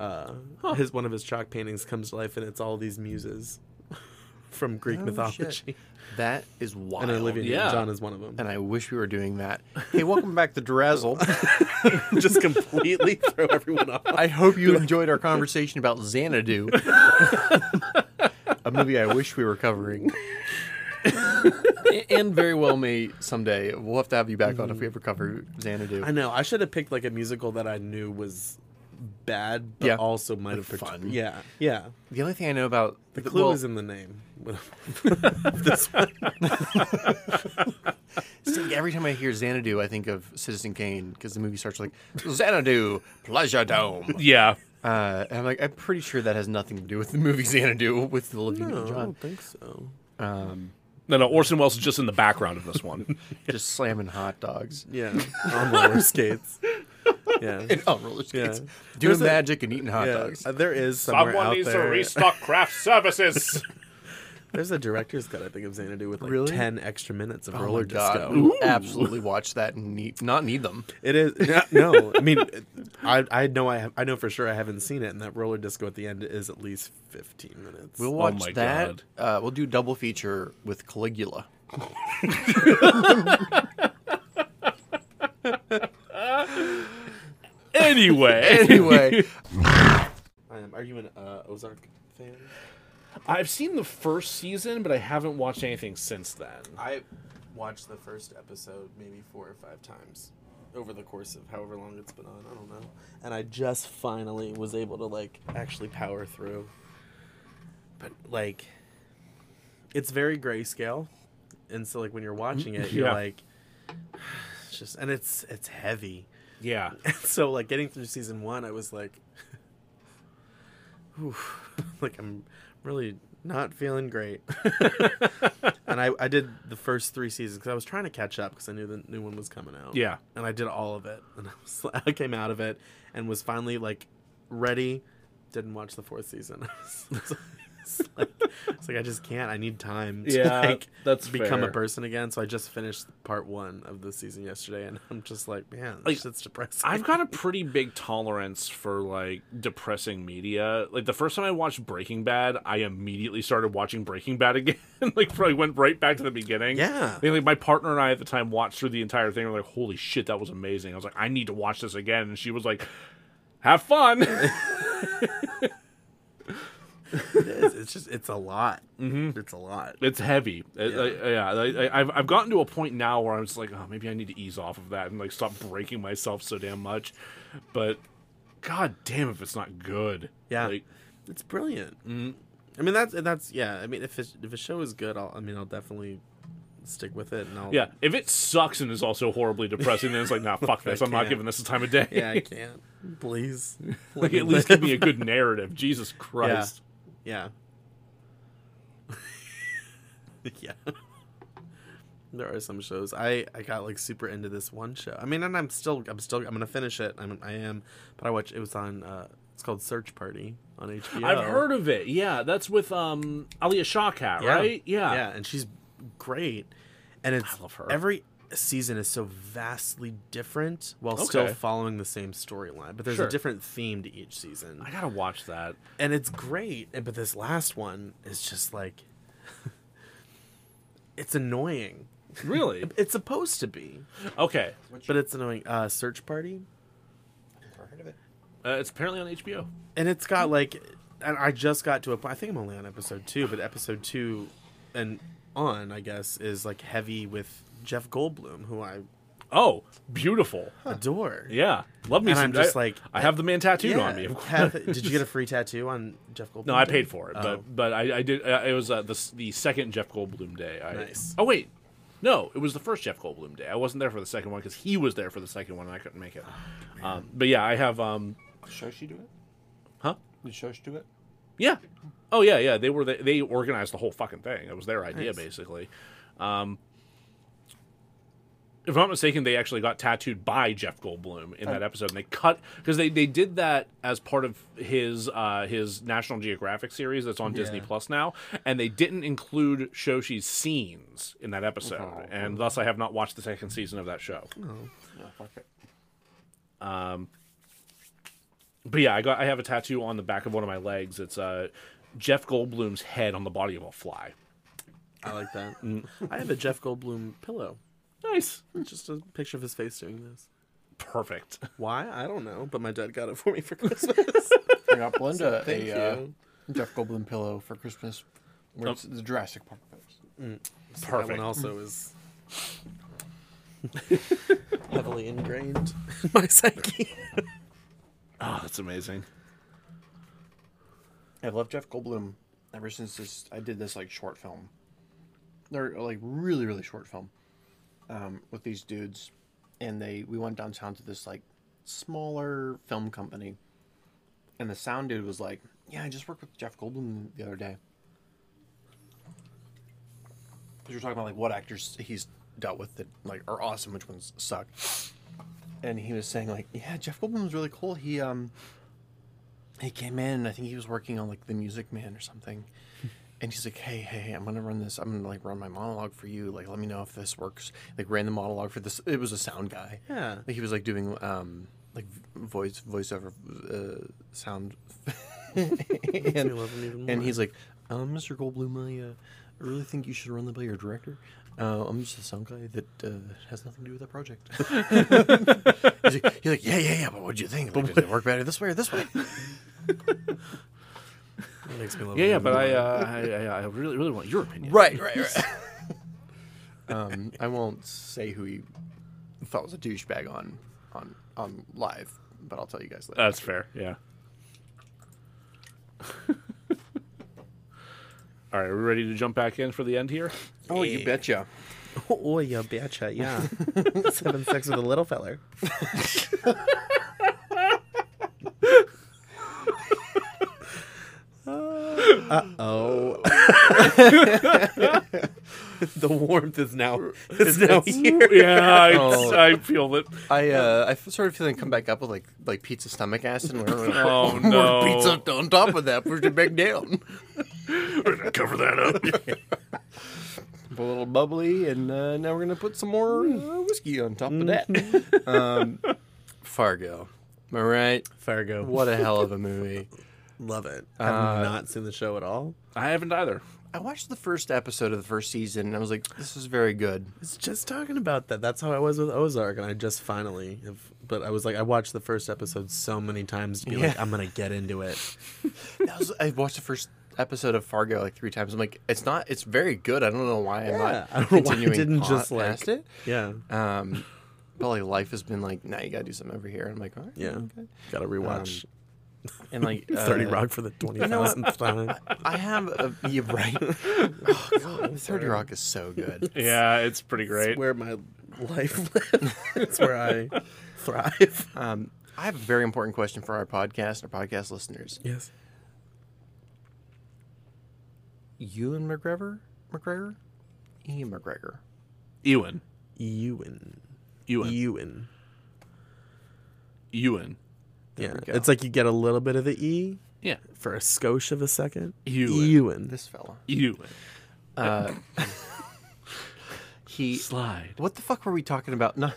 I: Uh, His one of his chalk paintings comes to life, and it's all these muses from Greek
B: Oh, shit.
I: mythology.
B: that is wild.
I: And Olivia
A: Yeah.
I: Newton-John is one of them.
B: And I wish we were doing that. Hey, welcome back to Drazzle.
I: just completely throw everyone off.
B: I hope you enjoyed our conversation about Xanadu, a movie I wish we were covering. and very well may someday. We'll have to have you back on if we ever cover Xanadu.
I: Mm-hmm. I know. I should have picked like a musical that I knew was bad, but
B: Yeah.
I: also might have
B: But
I: picked-
B: fun.
I: Yeah, yeah.
B: the only thing I know about
I: The clue
B: well,
I: is in the name.
B: see, every time I hear Xanadu, I think of Citizen Kane because the movie starts like Xanadu Pleasure Dome,
A: Yeah.
B: uh, and I'm like, I'm pretty sure that has nothing to do with the movie Xanadu with Olivia
I: no, I
B: Newton-John
I: don't think so.
A: No, no. Orson Welles is just in the background of this one.
B: just slamming hot dogs
I: Yeah, on roller skates. Yeah,
B: and on roller skates,
I: Yeah.
B: doing
I: There's a-
B: magic and eating hot
I: yeah.
B: dogs.
I: uh, There is somewhere out there.
A: craft services.
I: There's a director's cut. I think of Xanadu with like
B: Really?
I: ten extra minutes of
B: Oh
I: roller
B: my God,
I: disco.
B: I would Absolutely watch that and need, not need them.
I: It is no, no. I mean, I I know I have, I know for sure I haven't seen it, and that roller disco at the end is at least fifteen minutes.
B: We'll watch
A: my
B: that. Uh, we'll do double feature with Caligula.
A: anyway,
B: Anyway,
I: Um, are you an uh, Ozark fan?
A: I've seen the first season, but I haven't watched anything since then.
I: I watched the first episode maybe four or five times over the course of however long it's been on. I don't know. And I just finally was able to like actually power through. But like, it's very grayscale, and so like when you're watching it, you're
A: Yeah.
I: like, it's just and it's it's heavy.
A: Yeah,
I: so like getting through season one, I was like, "Whew." like I'm really not feeling great. and I, I did the first three seasons because I was trying to catch up because I knew the new one was coming out.
A: Yeah.
I: and I did all of it, and I, was, I came out of it and was finally like ready. Didn't watch the fourth season. it's, like, it's like I just can't. I need time to
A: Yeah,
I: like
A: that's
I: become a
A: fair.
I: person again. So I just finished part one of the season yesterday, and I'm just like, man,
A: Like,
I: it's depressing.
A: I've got a pretty big tolerance for like depressing media. Like the first time I watched Breaking Bad, I immediately started watching Breaking Bad again. like probably went right back to the beginning.
I: Yeah.
A: Like, like, my partner and I at the time watched through the entire thing. We're like, holy shit, that was amazing. I was like, I need to watch this again. And she was like, have fun.
I: it is. It's just it's a lot. Mm-hmm. It's a lot.
A: it's heavy. Yeah, yeah I, I- I've I've gotten to a point now where I'm just like, oh, maybe I need to ease off of that and like stop breaking myself so damn much. But god damn, if it's not good,
I: Yeah,
A: Like, Mm-hmm.
I: it's brilliant. mm I mean that's that's yeah. I mean if it, if a show is good, I'll I mean I'll definitely stick with it. And I'll,
A: yeah. If it sucks and is also horribly depressing, then it's like, nah, fuck this.
I: I
A: I'm not
I: can't.
A: giving this the time of day.
I: yeah. I can't. Please,
A: like at least give me a good narrative. Jesus Christ.
I: yeah, yeah. There are some shows I I got like super into this one show. I mean, and I'm still I'm still I'm gonna finish it. I'm I am, but I watch it was on. uh It's called Search Party on HBO.
A: I've heard of it. Yeah, that's with um Alia Shawkat, right? Yeah.
I: yeah, and she's great. And it's
A: love her.
I: every season is so vastly different while still
A: Okay.
I: following the same storyline, but there's
A: Sure.
I: a different theme to each season,
A: I gotta watch that.
I: and it's great. And but this last one is just like, it's annoying.
A: Really?
I: It's supposed to be,
A: okay.
I: but it's annoying. Uh, Search Party,
A: Uh, it's apparently on HBO.
I: and it's got like, and I just got to a. I think I'm only on episode two, but episode two, and on I guess is like heavy with Jeff Goldblum, who I
A: Oh, beautiful.
I: adore.
A: Yeah, love me.
I: And
A: some-
I: I'm just
A: I-
I: like-
A: I have the man tattooed
I: Yeah,
A: on me. Of course.
I: have- did you get a free tattoo on Jeff Goldblum?
A: No, I
I: Day?
A: paid for it,
I: Oh.
A: but but I, I did. Uh, it was uh, the s- the second Jeff Goldblum day. I,
I: Nice.
A: Oh wait, no, it was the first Jeff Goldblum day. I wasn't there for the second one because he was there for the second one and I couldn't make it.
I: Oh,
A: um, but yeah, I have. Um,
B: Shoshi do it?
A: huh?
B: Did Shosh do it?
A: Yeah. Oh yeah, yeah. They were the, they organized the whole fucking thing. It was their idea
I: Nice.
A: basically. Um, if I'm not mistaken, they actually got tattooed by Jeff Goldblum in
B: Uh,
A: that episode. And they cut because they, they did that as part of his uh, his National Geographic series that's on Disney
I: Yeah.
A: Plus now, and they didn't include Shoshi's scenes in that episode,
B: Oh,
A: and thus I have not watched the second season of that show. Um,
B: No, Oh. fuck it.
A: But yeah, I got I have a tattoo on the back of one of my legs. It's uh, Jeff Goldblum's head on the body of a fly.
I: I like that.
B: Mm.
I: I have a Jeff Goldblum pillow.
A: Nice.
I: It's Just a picture of his face doing this.
A: Perfect.
I: Why? I don't know, but my dad got it for me for Christmas.
B: Bring up Linda
I: Thank
B: a uh,
I: you.
B: Jeff Goldblum pillow for Christmas. Where it's
I: Oh.
B: the Jurassic Park. pillows.
I: That one
A: Perfect.
I: also is heavily ingrained in my psyche.
A: Oh, that's amazing.
B: I've loved Jeff Goldblum ever since this. I did this like short film, or like really really short film, um, with these dudes, and they we went downtown to this like smaller film company, and the sound dude was like, "Yeah, I just worked with Jeff Goldblum the other day." Because you're talking about like what actors he's dealt with that like are awesome, which ones suck, and he was saying like, "Yeah, Jeff Goldblum was really cool. He um." he came in and I think he was working on like the Music Man or something. And he's like, "Hey, hey, hey, I'm gonna run this. I'm gonna like run my monologue for you. Like, let me know if this works." Like, ran the monologue for this. It was a sound guy.
I: Yeah.
B: Like he was like doing um like v- voice voiceover uh, sound.
I: I
B: and,
I: love him even more.
B: and he's like, um, "Mr. Goldblum, I, uh, I really think you should run that by your director. Uh, I'm just a sound guy that uh, has nothing to do with that project." he's, like, he's like, "Yeah, yeah, yeah, but what'd you think? Like, did it work better this way or this way?"
I: It makes me love
A: Yeah,
I: him
A: yeah,
I: even
A: but I,
I: more.
A: uh, I, I, I really, really want your opinion.
B: Right, right, right. um, I won't say who he thought was a douchebag on on on live, but I'll tell you guys later.
A: That's fair. Yeah. All right, are we ready to jump back in for the end here?
B: oh, you betcha.
I: Eh. oh yeah, betcha, yeah. Let's having sex with a little feller. Uh oh. the warmth is now is now here.
A: Yeah, I,
B: Oh.
A: I feel it.
B: I uh, I started feeling come back up with like like pizza stomach acid. And we're like,
A: Oh,
B: more
A: no.
B: pizza on top of that, push it back down.
A: Cover that up.
B: Put a little bubbly, and uh, now we're gonna put some more uh, whiskey on top of that. um,
I: Mm-hmm.
B: Fargo, am I right?
I: Fargo, Uh,
B: What a hell of a movie.
I: love it. I've not seen the show at all.
A: I haven't either.
B: I watched the first episode of the first season and I was like, this is very good.
I: was just talking about that. That's how I was with Ozark, and I just finally. Have, but I was like, I watched the first episode so many times to be like,
B: Yeah.
I: I'm gonna get into it.
B: That was, I watched the first episode of Fargo like three times. I'm like, it's not, it's very good. I don't know why I'm
I: Yeah,
B: not
I: I don't know why I
B: continuing
I: didn't
B: pa-
I: just, like-
B: past it.
I: Yeah,
B: Um, but like life has been like, now you gotta do something over here. I'm like, all right.
I: yeah. Gotta rewatch
B: And like, uh,
I: Um, Thirty Rock for the twenty thousandth time.
B: I have a, yeah, right. Oh, God, 30 Rock is so good.
A: Yeah, it's pretty
I: It's
A: great.
I: where my life lives. it's where I thrive.
B: Um, I have a very important question for our podcast, our podcast listeners.
I: Yes.
B: Ewan McGregor? McGregor? Ian McGregor.
A: Ewan.
I: Ewan.
A: Ewan.
I: Ewan.
A: Ewan.
I: Yeah, it's like you get a little bit of the E
A: Yeah.
I: for a skosh of a second.
A: Ewan.
I: Ewan.
B: This fella.
A: Ewan.
B: He.
A: Slide.
B: What the fuck were we talking about? Not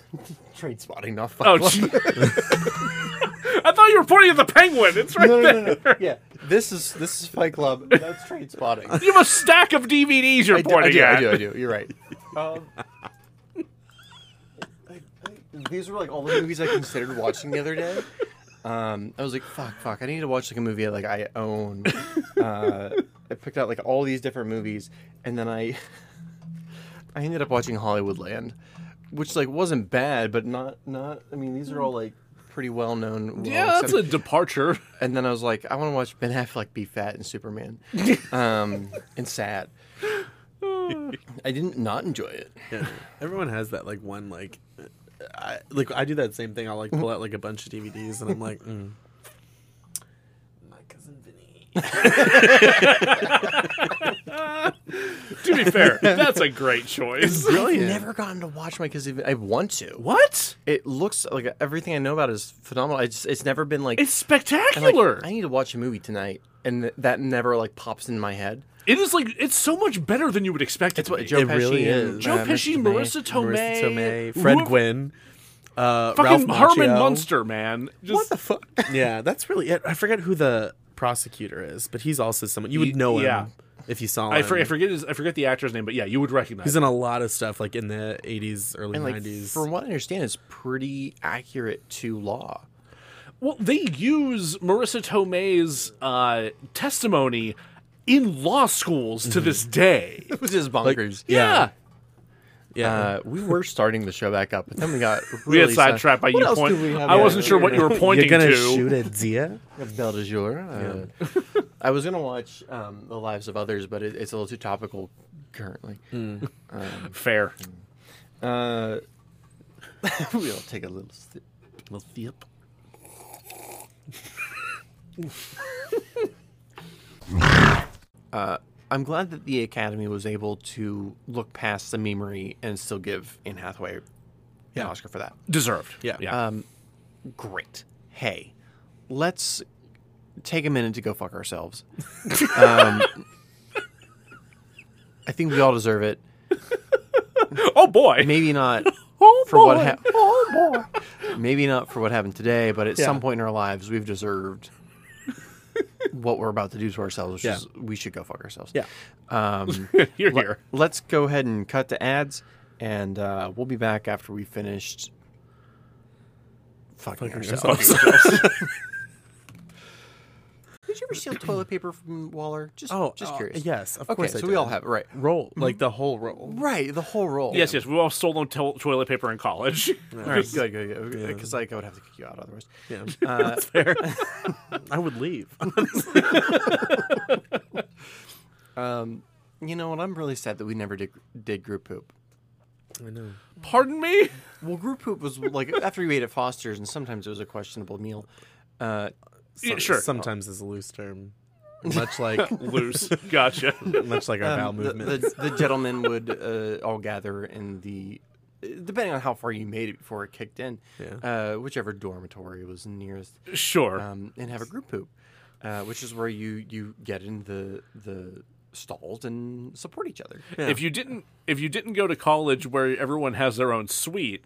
B: train spotting, not
A: Oh,
B: fuck.
A: gee. I thought you were pointing at the penguin. It's right
B: no,
A: there.
B: no, no, no. Yeah, this is this is Fight Club. That's train spotting. I
A: You have a stack of DVDs you're
B: do, I,
A: pointing
B: do,
A: at.
B: I do. I do. You're right. Um, I- I- these were like all the movies I considered watching the other day. Um, I was like, fuck, fuck. I need to watch like a movie that, like I own. Uh, I picked out like all these different movies, and then I I ended up watching Hollywoodland, which like wasn't bad, but not not. I mean, these are all like pretty well known. Well,
A: Yeah, that's
B: accepted-
A: a departure.
B: and then I was like, I want to watch Ben Affleck be fat and Superman, um, and sad. I didn't not enjoy it.
I: Yeah. Everyone has that like one like, I, like I do that same thing. I'll like pull out like a bunch of DVDs and I'm like, mm. my cousin Vinny.
A: to be fair, that's a great choice.
B: Really, I've never gotten to watch my cousin. Vin- I want to.
A: What?
B: It looks like everything I know about it is phenomenal. I just it's never been like,
A: It's
B: I'm like,
A: spectacular.
B: I need to watch a movie tonight, and th- that never like pops in my head.
A: it is like it's so much better than you would expect it
B: It's
A: to be.
B: what Joe
I: It
B: Pesci
I: really
B: and,
I: is.
A: Joe
B: uh,
A: Pesci,
B: Mr. May.
A: Marissa Tomei,
I: Marissa Tomei, Fred
A: who-
I: Gwynn, uh,
A: fucking
I: Ralph
A: Herman
I: Macchio.
A: Munster, man. Just,
I: What the fuck? yeah, that's really it. I forget who the prosecutor is, but he's also someone you
A: Ye-
I: would know him
A: yeah.
I: if you saw him.
A: I, for, I forget his, I forget the actor's name, but yeah, you would recognize.
I: He's
A: him.
I: in a lot of stuff like in the 80s, early
B: And, like,
I: 90s.
A: uh,
B: from what I understand, it's pretty accurate to law.
A: well, they use Marissa Tomei's uh, testimony in law schools to this day.
B: It was just bonkers.
A: yeah.
I: yeah.
B: Uh, we were starting the show back up, but then we got
A: We
B: really
A: had sidetrapped by
B: What
A: you
B: else
A: point.
B: do we have
A: I
B: here?
A: wasn't sure what you were pointing
I: You're gonna
A: to.
I: shoot at Zia?
B: We have Belle de Jour. Uh, I was gonna watch um, The Lives of Others, but it, it's a little too topical currently.
A: Mm. Fair.
B: Uh, we'll take a little sip.
I: Little yep.
B: Uh, I'm glad that the Academy was able to look past the memery and still give Anne Hathaway an Oscar for that.
A: Deserved.
I: Yeah.
A: Yeah.
B: Great. Hey, let's take a minute to go fuck ourselves. um, I think we all deserve it.
A: oh boy.
B: Maybe not
A: oh
B: for what
A: boy.
B: happened. Maybe not for what happened today, but at some point in our lives, we've deserved what we're about to do to ourselves, which
I: Yeah.
B: is we should go fuck ourselves.
I: Yeah.
B: Um,
A: You're
B: le-
A: here.
B: Let's go ahead and cut to ads, and uh, we'll be back after we finished fucking, ourselves. Did you ever steal toilet paper from Waller? Just,
I: Oh,
B: just
I: oh,
B: curious.
I: yes, of
B: okay,
I: course I
B: so we all
I: did. Mm-hmm.
B: have right,
I: Roll. Like the whole roll.
B: right, the whole roll.
A: Yes, yes. We all stolen to- toilet paper in college.
B: All right, good, good, good. Because like I would have to kick you out otherwise. Uh,
I: Yeah. That's fair. I would leave.
B: You know what? I'm really sad that we never did did group poop.
A: Pardon me.
B: Well, group poop was like after we ate at Foster's, and sometimes it was a questionable meal. Uh,
A: Yeah, sure.
I: Sometimes is a loose term. Much like
A: Loose. Gotcha.
I: much like our bowel
B: Um, the,
I: movement.
B: the, the gentlemen would uh, all gather in the, depending on how far you made it before it kicked in, uh, whichever dormitory was nearest,
A: Sure.
B: um, and have a group poop, uh, which is where you you get in the the stalls and support each other.
A: If you didn't if you didn't go to college where everyone has their own suite,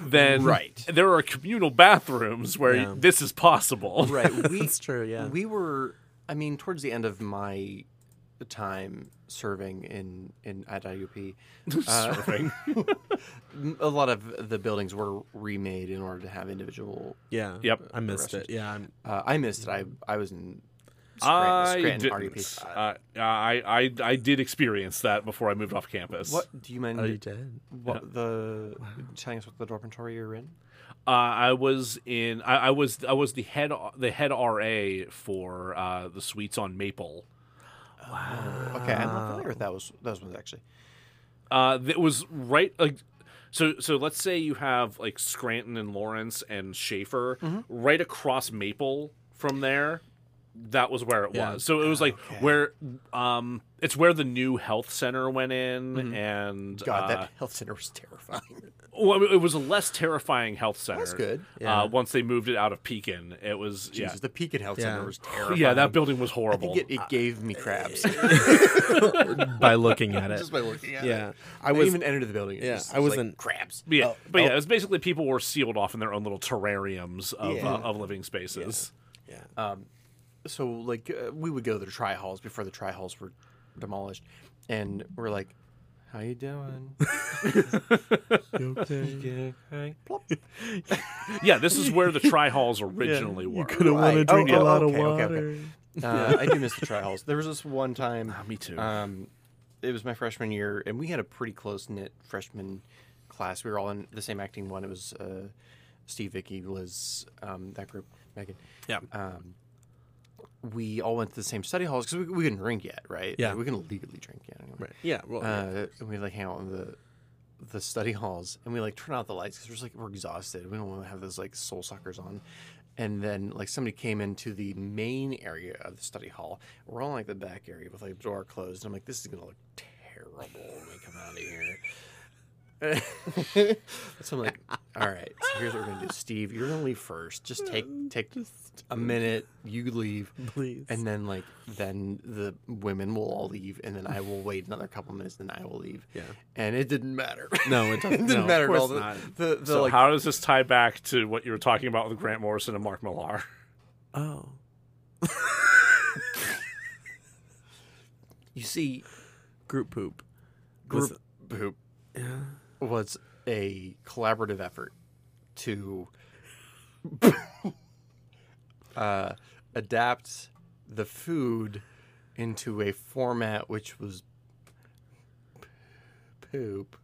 A: then
B: Right.
A: there are communal bathrooms where this is possible.
B: Right, we,
I: That's true, yeah.
B: we were i mean towards the end of my time serving in in at iup
A: Surfing.
B: m- a lot of the buildings were remade in order to have individual
I: yeah.
A: Yep.
I: I missed it. Yeah. I'm,
B: uh, i missed it i i was in
A: I
B: Scranton, Scranton
A: didn't.
B: RUP.
A: Uh, I, I I did experience that before I moved off campus.
B: what do you mind
I: oh, you did.
B: what the telling us what the dormitory you're in
A: Uh, I was in. I, I was I was the head the head RA for uh, the suites on Maple.
B: okay i'm not familiar with that was those ones actually
A: Uh, that was right. Like, so so let's say you have like
B: Mm-hmm.
A: Scranton and Lawrence and Schaefer right across Maple from there. that was where it was. So it was like where um it's where the new health center went in and
B: God,
A: uh,
B: Mm-hmm. that health center was terrifying.
A: well, I mean, it was a less terrifying health center.
B: That's good.
I: Yeah.
A: Uh, once they moved it out of Pekin, it was
B: Jesus, the Pekin Health
I: Yeah.
B: Center was
A: yeah.
B: terrifying.
A: Yeah, that building was
B: I
A: horrible.
B: think it, it gave me crabs
I: by looking at it.
B: just by looking at it.
I: yeah, I
B: I
I: was.
B: even entered the building. it
I: Yeah,
B: just
I: I
B: was
I: wasn't-
B: like, crabs.
A: But yeah, but
B: oh.
A: yeah, it was basically people were sealed off in their own little terrariums of
I: Yeah.
A: uh, of living spaces.
I: yeah.
B: so like uh, we would go to the tri halls before the tri halls were demolished, and we're like, "How you doing? You okay?
A: Yeah. this is where the tri halls originally were.
B: have wanted to drink
A: a
B: lot of water. Uh, I do miss the tri halls. There was this one time.
A: Me too.
E: Uh,
B: Um, it was my freshman year, and we had a pretty close knit freshman class. We were all in the same acting one. It was uh, Steve, Vicky, Liz, um, that group, Megan. Um,
A: yeah,
B: We all went to the same study halls because we, we couldn't drink yet, right?
I: Yeah.
B: we couldn't legally drink yet. Anyway.
I: Right. Yeah. Well,
B: Uh, and we like hang out in the the study halls, and we like turn out the lights because we're just like we're exhausted. We don't want to have those like soul suckers on. And then like somebody came into the main area of the study hall. We're all in, like the back area with like the door closed. And I'm like, this is gonna look terrible when we come out of here. so I'm like, all right, so here's what we're gonna do. Steve, you're gonna leave first. Just take take a minute, you leave.
I: please.
B: And then like then the women will all leave, and then I will wait another couple minutes, then I will leave.
I: Yeah.
B: And it didn't matter.
I: no, it doesn't.
B: it didn't
I: no, of
B: matter at all.
I: course
B: The,
I: not.
B: the, the,
A: so
B: like,
A: how does this tie back to what you were talking about with Grant Morrison and Mark Millar?
I: Oh,
B: you see,
I: group poop. Was-
B: group poop was a collaborative effort to uh, adapt the food into a format which was poop.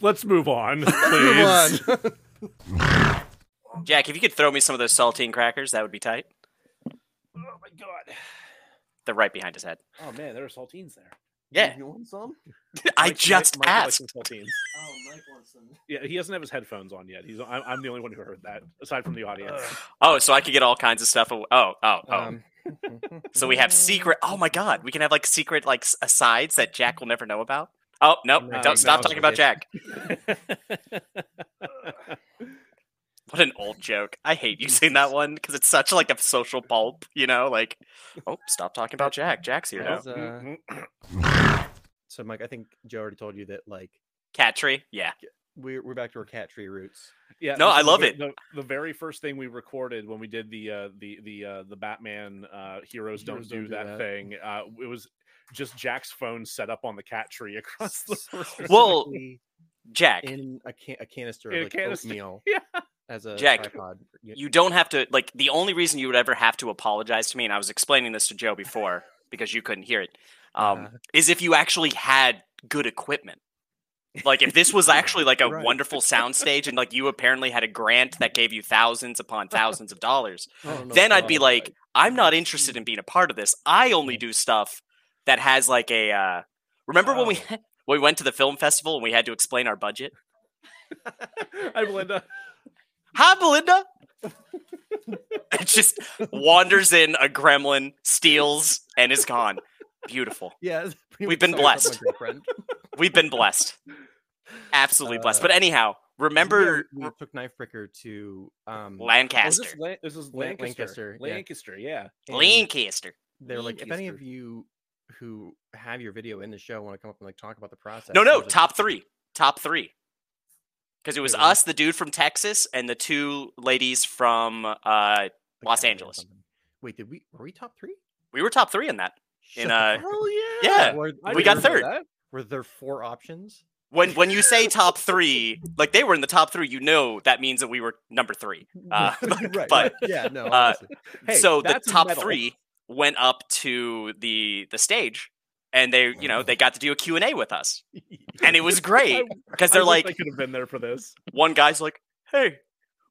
A: Let's move on, please.
E: Jack, if you could throw me some of those saltine crackers, that would be tight.
F: Oh my god.
E: They're right behind his head.
F: Oh man, there are saltines there.
E: Yeah,
I: You want some?
E: I just
F: Mike likes
E: asked.
F: some saltines.
A: Oh, Yeah, he doesn't have his headphones on yet. He's I'm, I'm the only one who heard that aside from the audience.
E: Oh, so I could get all kinds of stuff. aw- Oh, oh, oh. so we have secret. Oh my God, we can have like secret like s- asides that Jack will never know about. Oh nope,
A: No,
E: don't stop
A: no,
E: talking about
A: okay.
E: Jack. What an old joke. I hate using that one because it's such like a social pulp. You know, like oh, stop talking about Jack. Jack's here now.
B: Is, uh,
A: Mm-hmm.
B: so Mike, I think Joe already told you that like
E: Cat tree. Yeah.
B: we're we're back to our cat tree roots.
A: Yeah,
E: No,
A: this
E: I
A: is the
E: love
A: ve-
E: it.
A: The, the very first thing we recorded when we did the uh, the the uh, the Batman uh, heroes, don't,
B: Heroes
A: do
B: Don't Do
A: that,
B: That.
A: thing. Uh, it was just Jack's phone set up on the cat tree across the room.
E: Well,
B: Specifically
E: Jack,
B: in a can a canister
A: In a
B: of like
A: canister,
B: oatmeal
A: yeah.
B: as a
E: Jack,
B: tripod. Yeah.
E: you don't have to like the only reason you would ever have to apologize to me and i was explaining this to joe before because you couldn't hear it um,
B: Uh-huh.
E: is if you actually had good equipment like if this was actually like a
B: Right.
E: wonderful soundstage and like you apparently had a grant that gave you thousands upon thousands of dollars
B: I don't know
E: then
B: if
E: i'd be
B: I'll-
E: like i'm not interested in being a part of this i only do stuff that has like a uh, remember when we when we went to the film festival and we had to explain our budget
A: Hi, Belinda.
E: Hi, Belinda. it just wanders in a gremlin, steals, and is gone. Beautiful.
B: yeah, that's pretty
E: We've
B: much
E: been
B: how I felt
E: blessed.
B: my girlfriend.
E: We've been blessed. Absolutely blessed.
B: Uh,
E: But anyhow,
B: Yeah,
E: remember
B: we, we took Knifebricker to um
A: Oh, is
E: Lancaster.
A: this, Lan- is this
B: Lan-
A: Lancaster.
B: Lancaster,
A: Lancaster,
B: yeah.
A: yeah.
B: and
E: Lancaster.
B: They're like, if any of
E: Lancaster.
B: you who have your video in the show want to come up and like talk about the process.
E: No,
B: and I
E: no,
B: was like,
E: top three. Top three. Because it was
B: Really?
E: us, the dude from Texas, and the two ladies from uh
B: like,
E: Los
B: Alabama or
E: Angeles.
B: something. Wait, did we were we top three?
E: we were top three in that. In
B: Shut
E: uh
A: Oh
E: yeah.
B: Were-
A: I
E: We
A: didn't
E: got
A: know
E: third.
A: that.
B: Were there four options?
E: When when you say top three, like they were in the top three, you know that means that we were number three. Uh,
B: right,
E: but-
B: right. yeah, no.
E: uh,
B: obviously.
A: Hey,
E: so the
A: that's
E: top
A: metal.
E: three went up to the the stage and they you know they got to do a q&a with us and it was great because
A: I
E: they're
A: wish
E: like
A: I could have been there for this.
E: one guy's like hey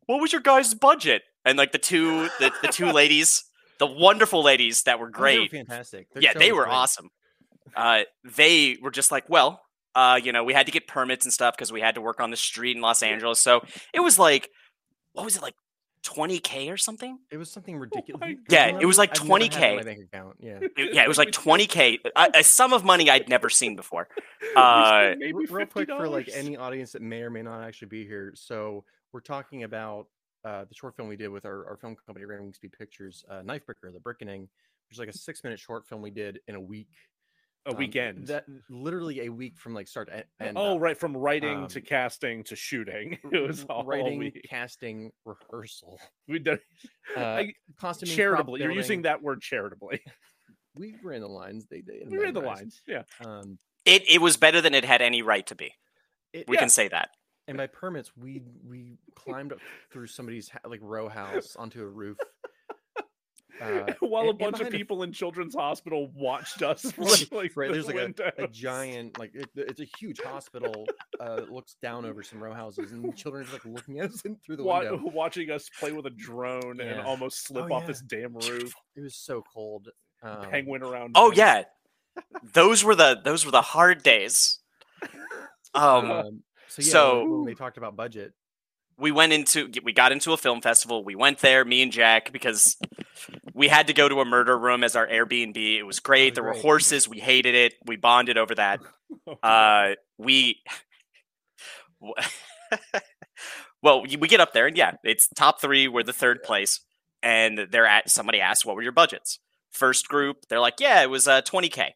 E: what was your guys budget and like the two the, the two ladies the wonderful ladies that were
B: Oh, they were
E: great
B: fantastic. Their
E: yeah
B: show
E: they
B: was
E: were
B: great.
E: awesome uh, they were just like well uh, you know we had to get permits and stuff because we had to work on the street in los angeles so it was like what was it like 20k or something.
B: It was
A: Oh
B: something ridiculous.
E: Yeah, it was like
B: I've never
E: 20K.
B: had that in My bank account. Yeah.
E: It- yeah, it was like 20k, a, a sum of money I'd never seen before. Uh,
B: Re- real quick for like
A: $50.
B: any audience that may or may not actually be here. So we're talking about uh, the short film we did with our, our film company, Random Speed Pictures, uh, Knife Bricker, The Brickening, which is like a six minute short film we did in a week.
A: a
B: um,
A: weekend.
B: that literally a week from like start to e- end.
A: oh,
B: up.
A: right, from writing to
B: um,
A: casting to shooting. It was all
B: writing,
A: we,
B: casting, rehearsal.
A: we did
B: Uh,
A: I-
B: costuming, prop
A: charitably. You're using
B: building.
A: that word charitably.
B: We ran the lines. They did.
A: We read the lines. Yeah.
B: Um,
E: it it was better than it had any right to be.
B: It-
E: we
A: yeah.
E: can say that.
B: and by permits we we climbed up through somebody's ha- like row house onto a roof uh,
A: While a
B: and- and
A: bunch of
B: behind a-
A: people in children's hospital watched us, from,
B: Right,
A: like,
B: right
A: the
B: there's like a, a
A: windows.
B: giant like it, it's a huge hospital uh that looks down over some row houses and the children are just like looking at us in through the
A: Wa-
B: window
A: watching us play with a drone and
B: Yeah.
A: almost slip
B: Oh,
A: off
B: yeah.
A: this damn roof,
B: it was so cold um,
A: penguin around.
E: Oh
A: us.
E: yeah, those were the those were the hard days. Um,
B: um, so yeah
E: So-
B: when- when they talked about budget
E: we went into we got into a film festival. We went there, me and Jack, because we had to go to a murder room as our Airbnb. It was great.
B: Oh,
E: there were
B: great.
E: horses. We hated it. We bonded over that. Uh, we well, y- we get up there and yeah, it's top three. We're the third place, and they're at somebody asked, "What were your budgets?" First group, they're like, "Yeah, it was uh, 20k."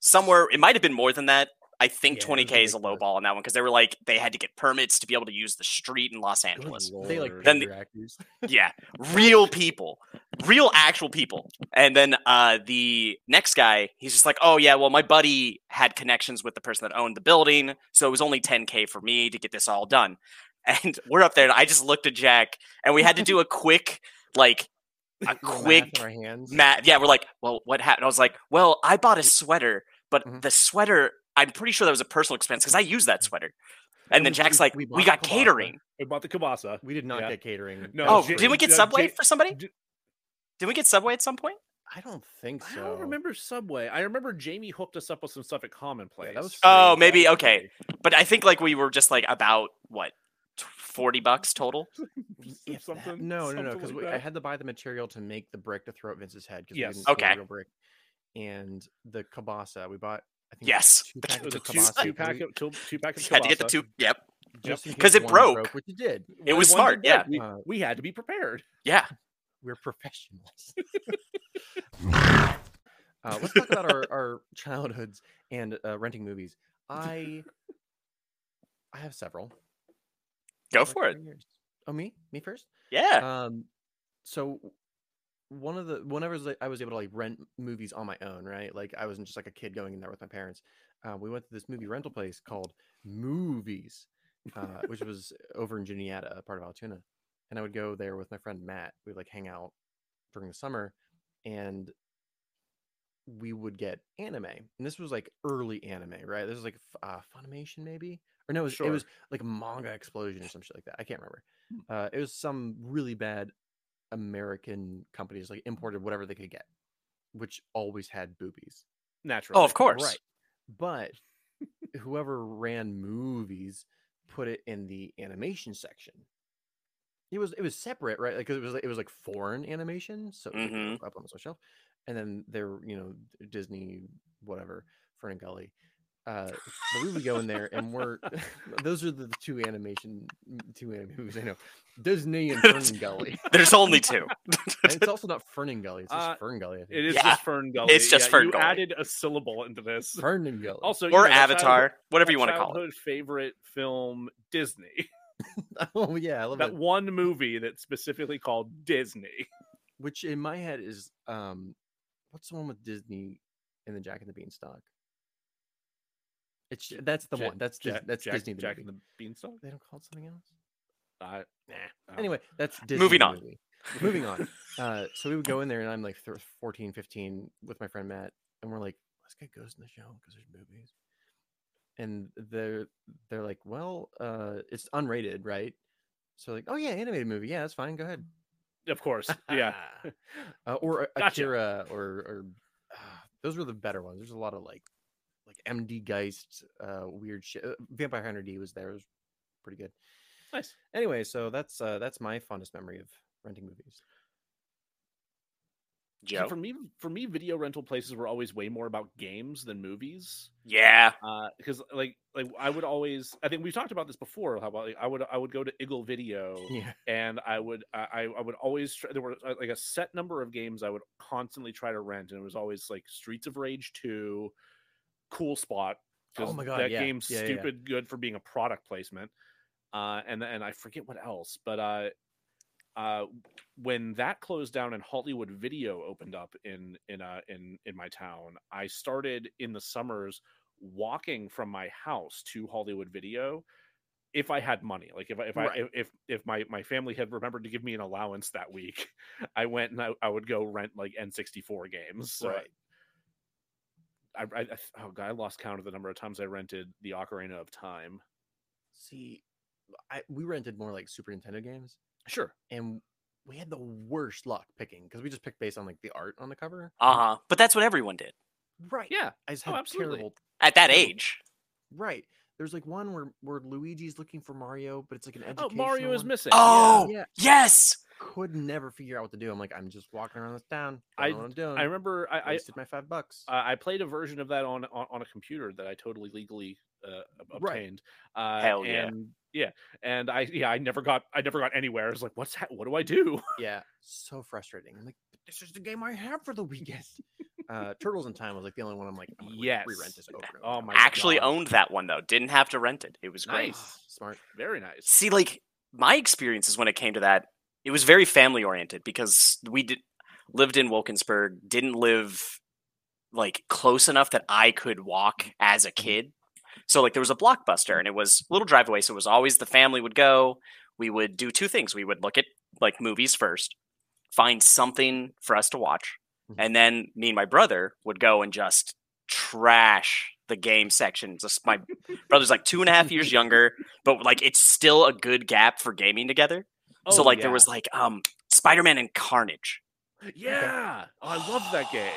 E: Somewhere it might have been more than that. I think
B: Yeah, it was
E: 20k is a low
B: ridiculous.
E: ball on that one because they were like they had to get permits to be able to use the street in Los
B: Good
E: Angeles
B: they like
A: Lord.
E: Then
B: then
E: the-
B: the actors
E: yeah real people real actual people and then uh the next guy he's just like oh yeah well my buddy had connections with the person that owned the building so it was only 10k for me to get this all done and we're up there and i just looked at jack and we had to do a quick like a
B: math in
E: quick
B: our hands
E: Matt, yeah, we're like, well, what happened? I was like, well, I bought a sweater, but
B: Mhm.
E: the sweater, I'm pretty sure that was a personal expense because I used that sweater. And
B: And
E: then
B: we-
E: Jack's
B: we-
E: like,
B: we
E: we,
B: bought
E: got
B: kielbasa.
E: catering.
A: we bought the kielbasa.
B: we did not
A: Yeah.
B: get catering
A: No,
B: that
E: Oh,
B: was
A: Jay-
E: did we
B: free.
E: get
A: uh,
E: Subway
A: Jay-
E: for somebody?
A: J-
E: Did we get Subway at some point?
B: i don't think so
A: I don't remember Subway. I remember Jamie hooked us up with some stuff at Commonplace.
B: that was
E: Oh,
B: free.
E: maybe-
A: was
E: okay.
A: free.
E: But I think like we were just like about what, t- 40 bucks total?
B: If that-
A: something.
B: no, no, no,
A: something
B: because
A: like
B: I
A: that.
B: had to buy the material to make the brick to throw at Vince's head. 'cause we
A: Yes.
B: didn't store
E: Okay.
B: Real brick. And the kielbasa we bought. I think
E: Yes,
B: two
E: the-
A: It was
B: packets
A: a
B: of
A: two,
B: kielbasa
A: two
B: and
A: pack
B: we-
A: of two, two pack of
E: Had to get the
A: kielbasa.
E: two. Yep.
B: just in
E: because
B: case
E: it
B: one
E: broke.
B: which it did.
E: It
A: Well,
E: was
A: one
E: smart,
A: did
E: yeah.
A: that. We,
B: Uh,
A: we had to be prepared.
E: Yeah.
B: We're professionals. uh, let's talk about our, our childhoods and uh, renting movies. I I have several.
E: Go
B: Like,
E: for it.
B: three years. Oh, me? Me first?
E: Yeah.
B: um so one of the whenever I was, like, I was able to like rent movies on my own right like i wasn't just like a kid going in there with my parents uh, we went to this movie rental place called movies uh, which was over in juniata a part of altoona and i would go there with my friend matt we'd like hang out during the summer and we would get anime and this was like early anime right this was like F- uh, funimation maybe or no it was, it
A: Sure.
B: was like manga explosion or some shit like that i can't remember uh, it was some really bad American companies like imported whatever they could get, which always had boobies.
A: Naturally.
E: Oh, of course.
B: Right. But whoever ran movies put it in the animation section. It was it was separate, right? Like 'cause it was like- it was like foreign animation, so it was, like, you
A: Mm-hmm.
B: know, up on the shelf, and then there were, you know Disney whatever Fern and Gully. Uh, but we would go in there and we're those are the two animation two anime movies I know Disney and Fern and Gully.
E: There's only two.
B: And it's also not Ferngully. It's just
A: Uh,
B: Ferngully. I
A: It
B: think.
A: is
E: Yeah.
A: just Fern Gully.
E: It's just
A: yeah,
E: Fern
A: You
E: Gully.
A: added a syllable into this.
B: Ferngully.
A: Also, you
E: or
A: know, my childhood-
E: Avatar, whatever
A: my
E: you want to call it.
A: childhood Favorite film Disney.
B: oh yeah, I love
A: that
B: that.
A: one movie that's specifically called Disney.
B: Which in my head is um, what's the one with Disney and the Jack and the Beanstalk? It's that's the
A: Jack-
B: one. That's Dis-
A: Jack-
B: that's
A: Jack,
B: Disney. The
A: Jack
B: movie.
A: and the Beanstalk.
B: They don't call it something else.
A: Uh, nah. I don't-
B: Anyway, that's Disney.
E: Moving
B: the
E: on.
B: movie. Moving on. Uh, so we would go in there, and I'm like thir 14, 15 with my friend Matt, and we're like, let's get Ghost in the Shell because there's movies. And they're they're like, well, uh, it's unrated, right? So like, oh yeah, animated movie, yeah, that's fine. Go ahead.
A: of course. Yeah.
B: uh, or a-
A: Gotcha.
B: Akira, or or uh, those were the better ones. There's a lot of like like MD Geist, uh, weird shit. Uh, Vampire Hunter D was there. It was pretty good.
A: Nice.
B: Anyway, so that's uh, that's my fondest memory of renting movies.
A: So
E: Joe.
A: for me, for me, video rental places were always way more about games than movies.
E: Yeah.
A: because like like I would always I think we've talked about this before how about like, I would I would go to Iggle Video
B: Yeah.
A: and I would I I would always try, there were uh, like a set number of games I would constantly try to rent and it was always like Streets of Rage two, Cool Spot
B: Oh
A: 'cause
B: my God,
A: that
B: yeah.
A: game's
B: Yeah, yeah, yeah.
A: stupid good for being a product placement uh and and I forget what else but uh uh when that closed down and Hollywood Video opened up in in uh in in my town I started in the summers walking from my house to Hollywood Video if I had money. Like if I, if I
B: Right.
A: if if my my family had remembered to give me an allowance that week, I went and I, I would go rent like N64 games. So
B: Right.
A: I, I, I oh god, I lost count of the number of times I rented the Ocarina of Time.
B: See, I, we rented more like Super Nintendo games,
A: Sure.
B: and we had the worst luck picking because we just picked based on like the art on the cover.
E: Uh huh. But that's what everyone did
B: Right.
A: Yeah.
B: I just
A: Oh,
B: had
A: absolutely.
B: terrible.
E: at that
B: Totally.
E: age.
B: Right. There's like one where where Luigi's looking for Mario, but it's like an
A: Oh,
B: educational.
A: Mario is
B: one.
A: missing.
E: Oh
B: Yeah.
E: yes.
B: Could never figure out what to do. I'm like, I'm just walking around this town.
A: I-
B: I know what I'm doing.
A: I remember I, I
B: wasted my five bucks.
A: Uh, I played a version of that on on, on a computer that I totally legally uh, ob-
B: Right.
A: obtained. Uh,
E: Hell yeah.
A: And, yeah, and I yeah I never got I never got anywhere. I was like, what's ha- what do I do?
B: yeah, so frustrating. I'm like, "But this is the game I have for the weekend. uh, Turtles in Time was like the only one I'm like, I'm gonna re-
A: Yes.
B: re-rent this over. And over
A: Oh
B: and
A: my!
E: Actually
A: God.
E: owned that one though. Didn't have to rent it. It was
B: over."
E: great.
A: Nice.
B: Ah, smart.
A: very nice.
E: See, like my experiences when it came to that, it was very family oriented because we did lived in Wilkinsburg, didn't live like close enough that I could walk as a kid. So like there was a blockbuster and it was a little drive away, so it was always the family would go. We would do two things. We would look at like movies first, find something for us to watch,
B: Mhm.
E: and then me and my brother would go and just trash the game section. Just my brother's like two and a half years younger, but like it's still a good gap for gaming together. so
A: Oh,
E: like
A: yeah.
E: there was like um Spider-Man and Carnage
A: yeah. Oh, I love that game.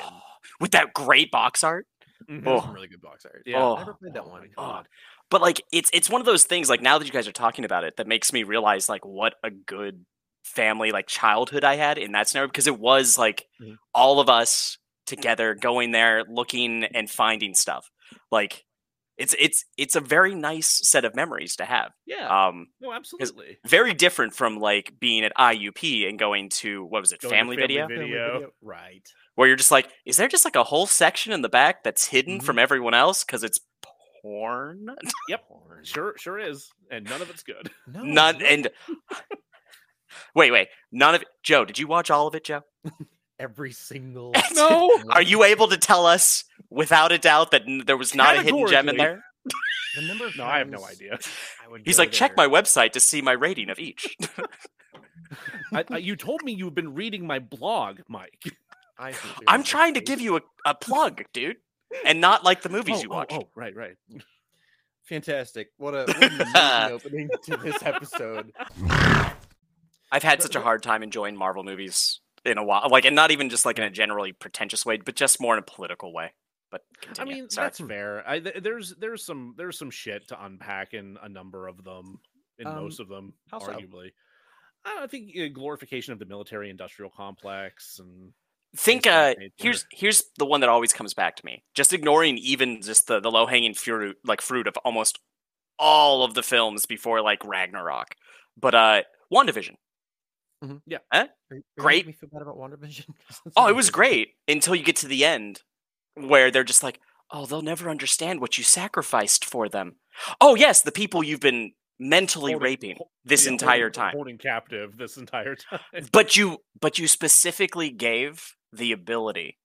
E: with that great box art.
A: Mhm.
B: There's
E: Oh.
B: some really good box art.
A: Yeah.
E: Oh.
B: never played that
A: Oh
B: one.
A: my God.
E: But like it's it's one of those things like now that you guys are talking about it that makes me realize like what a good family like childhood I had in that scenario because it was like
A: Mm-hmm.
B: Mhm.
E: all of us together going there looking and finding stuff. Like it's it's it's a very nice set of memories to have.
A: Yeah.
E: Um
A: no, absolutely.
E: very different from like being at IUP and going to what was it,
A: Going to
E: family,
A: Family
E: video?
A: Video.
B: Family
A: Video.
B: Right.
E: where you're just like, is there just like a whole section in the back that's hidden
A: Mm-hmm.
E: from everyone else because it's porn?
A: Oh,
B: Porn.
A: Sure, sure is, and none of it's good.
B: No,
E: None
B: no,
E: and wait, wait, none of it. Joe, did you watch all of it, Joe?
B: every single.
A: No.
E: Are you able to tell us without a doubt that n- there was not a hidden gem in
A: Categorically.
E: there?
B: The number of
A: No, I have no
B: times
A: idea.
B: I would
E: He's
B: go
E: like, check my
B: there-
E: website to see my rating of each.
A: I, I, you told me you've been reading my blog, Mike.
B: I think they're
E: I'm
B: like
E: trying to
B: great.
E: give you a, a plug, dude, and not like the movies
A: Oh,
E: you
A: oh,
E: watched.
A: oh, right, right.
B: Fantastic. What a what an amazing opening to this episode.
E: I've had such a hard time enjoying Marvel movies in a while, like, and not even just like in a generally pretentious way, but just more in a political way. But
A: I
E: continue.
A: mean,
E: Sorry.
A: that's fair. I, th- there's there's some there's some shit to unpack in a number of them, in
B: Um,
A: most of them,
B: how so?
A: arguably. I, don't- I think uh, glorification of the military-industrial complex and
E: think
A: based on
E: uh
A: that nature.
E: here's here's the one that always comes back to me just ignoring even just the the low-hanging fruit like fruit of almost all of the films before like ragnarok but uh wandavision
B: Are you- are you making
E: Great.
B: Me feel bad about WandaVision. 'Cause that's
E: oh
B: not
E: it was
B: good.
E: great until you get to the end where they're just like oh they'll never understand what you sacrificed for them oh yes the people you've been mentally
A: Holding-
E: raping
A: hol-
E: this
A: yeah,
E: entire
A: holding-
E: time
A: holding captive this entire time.
E: but you but you specifically gave the ability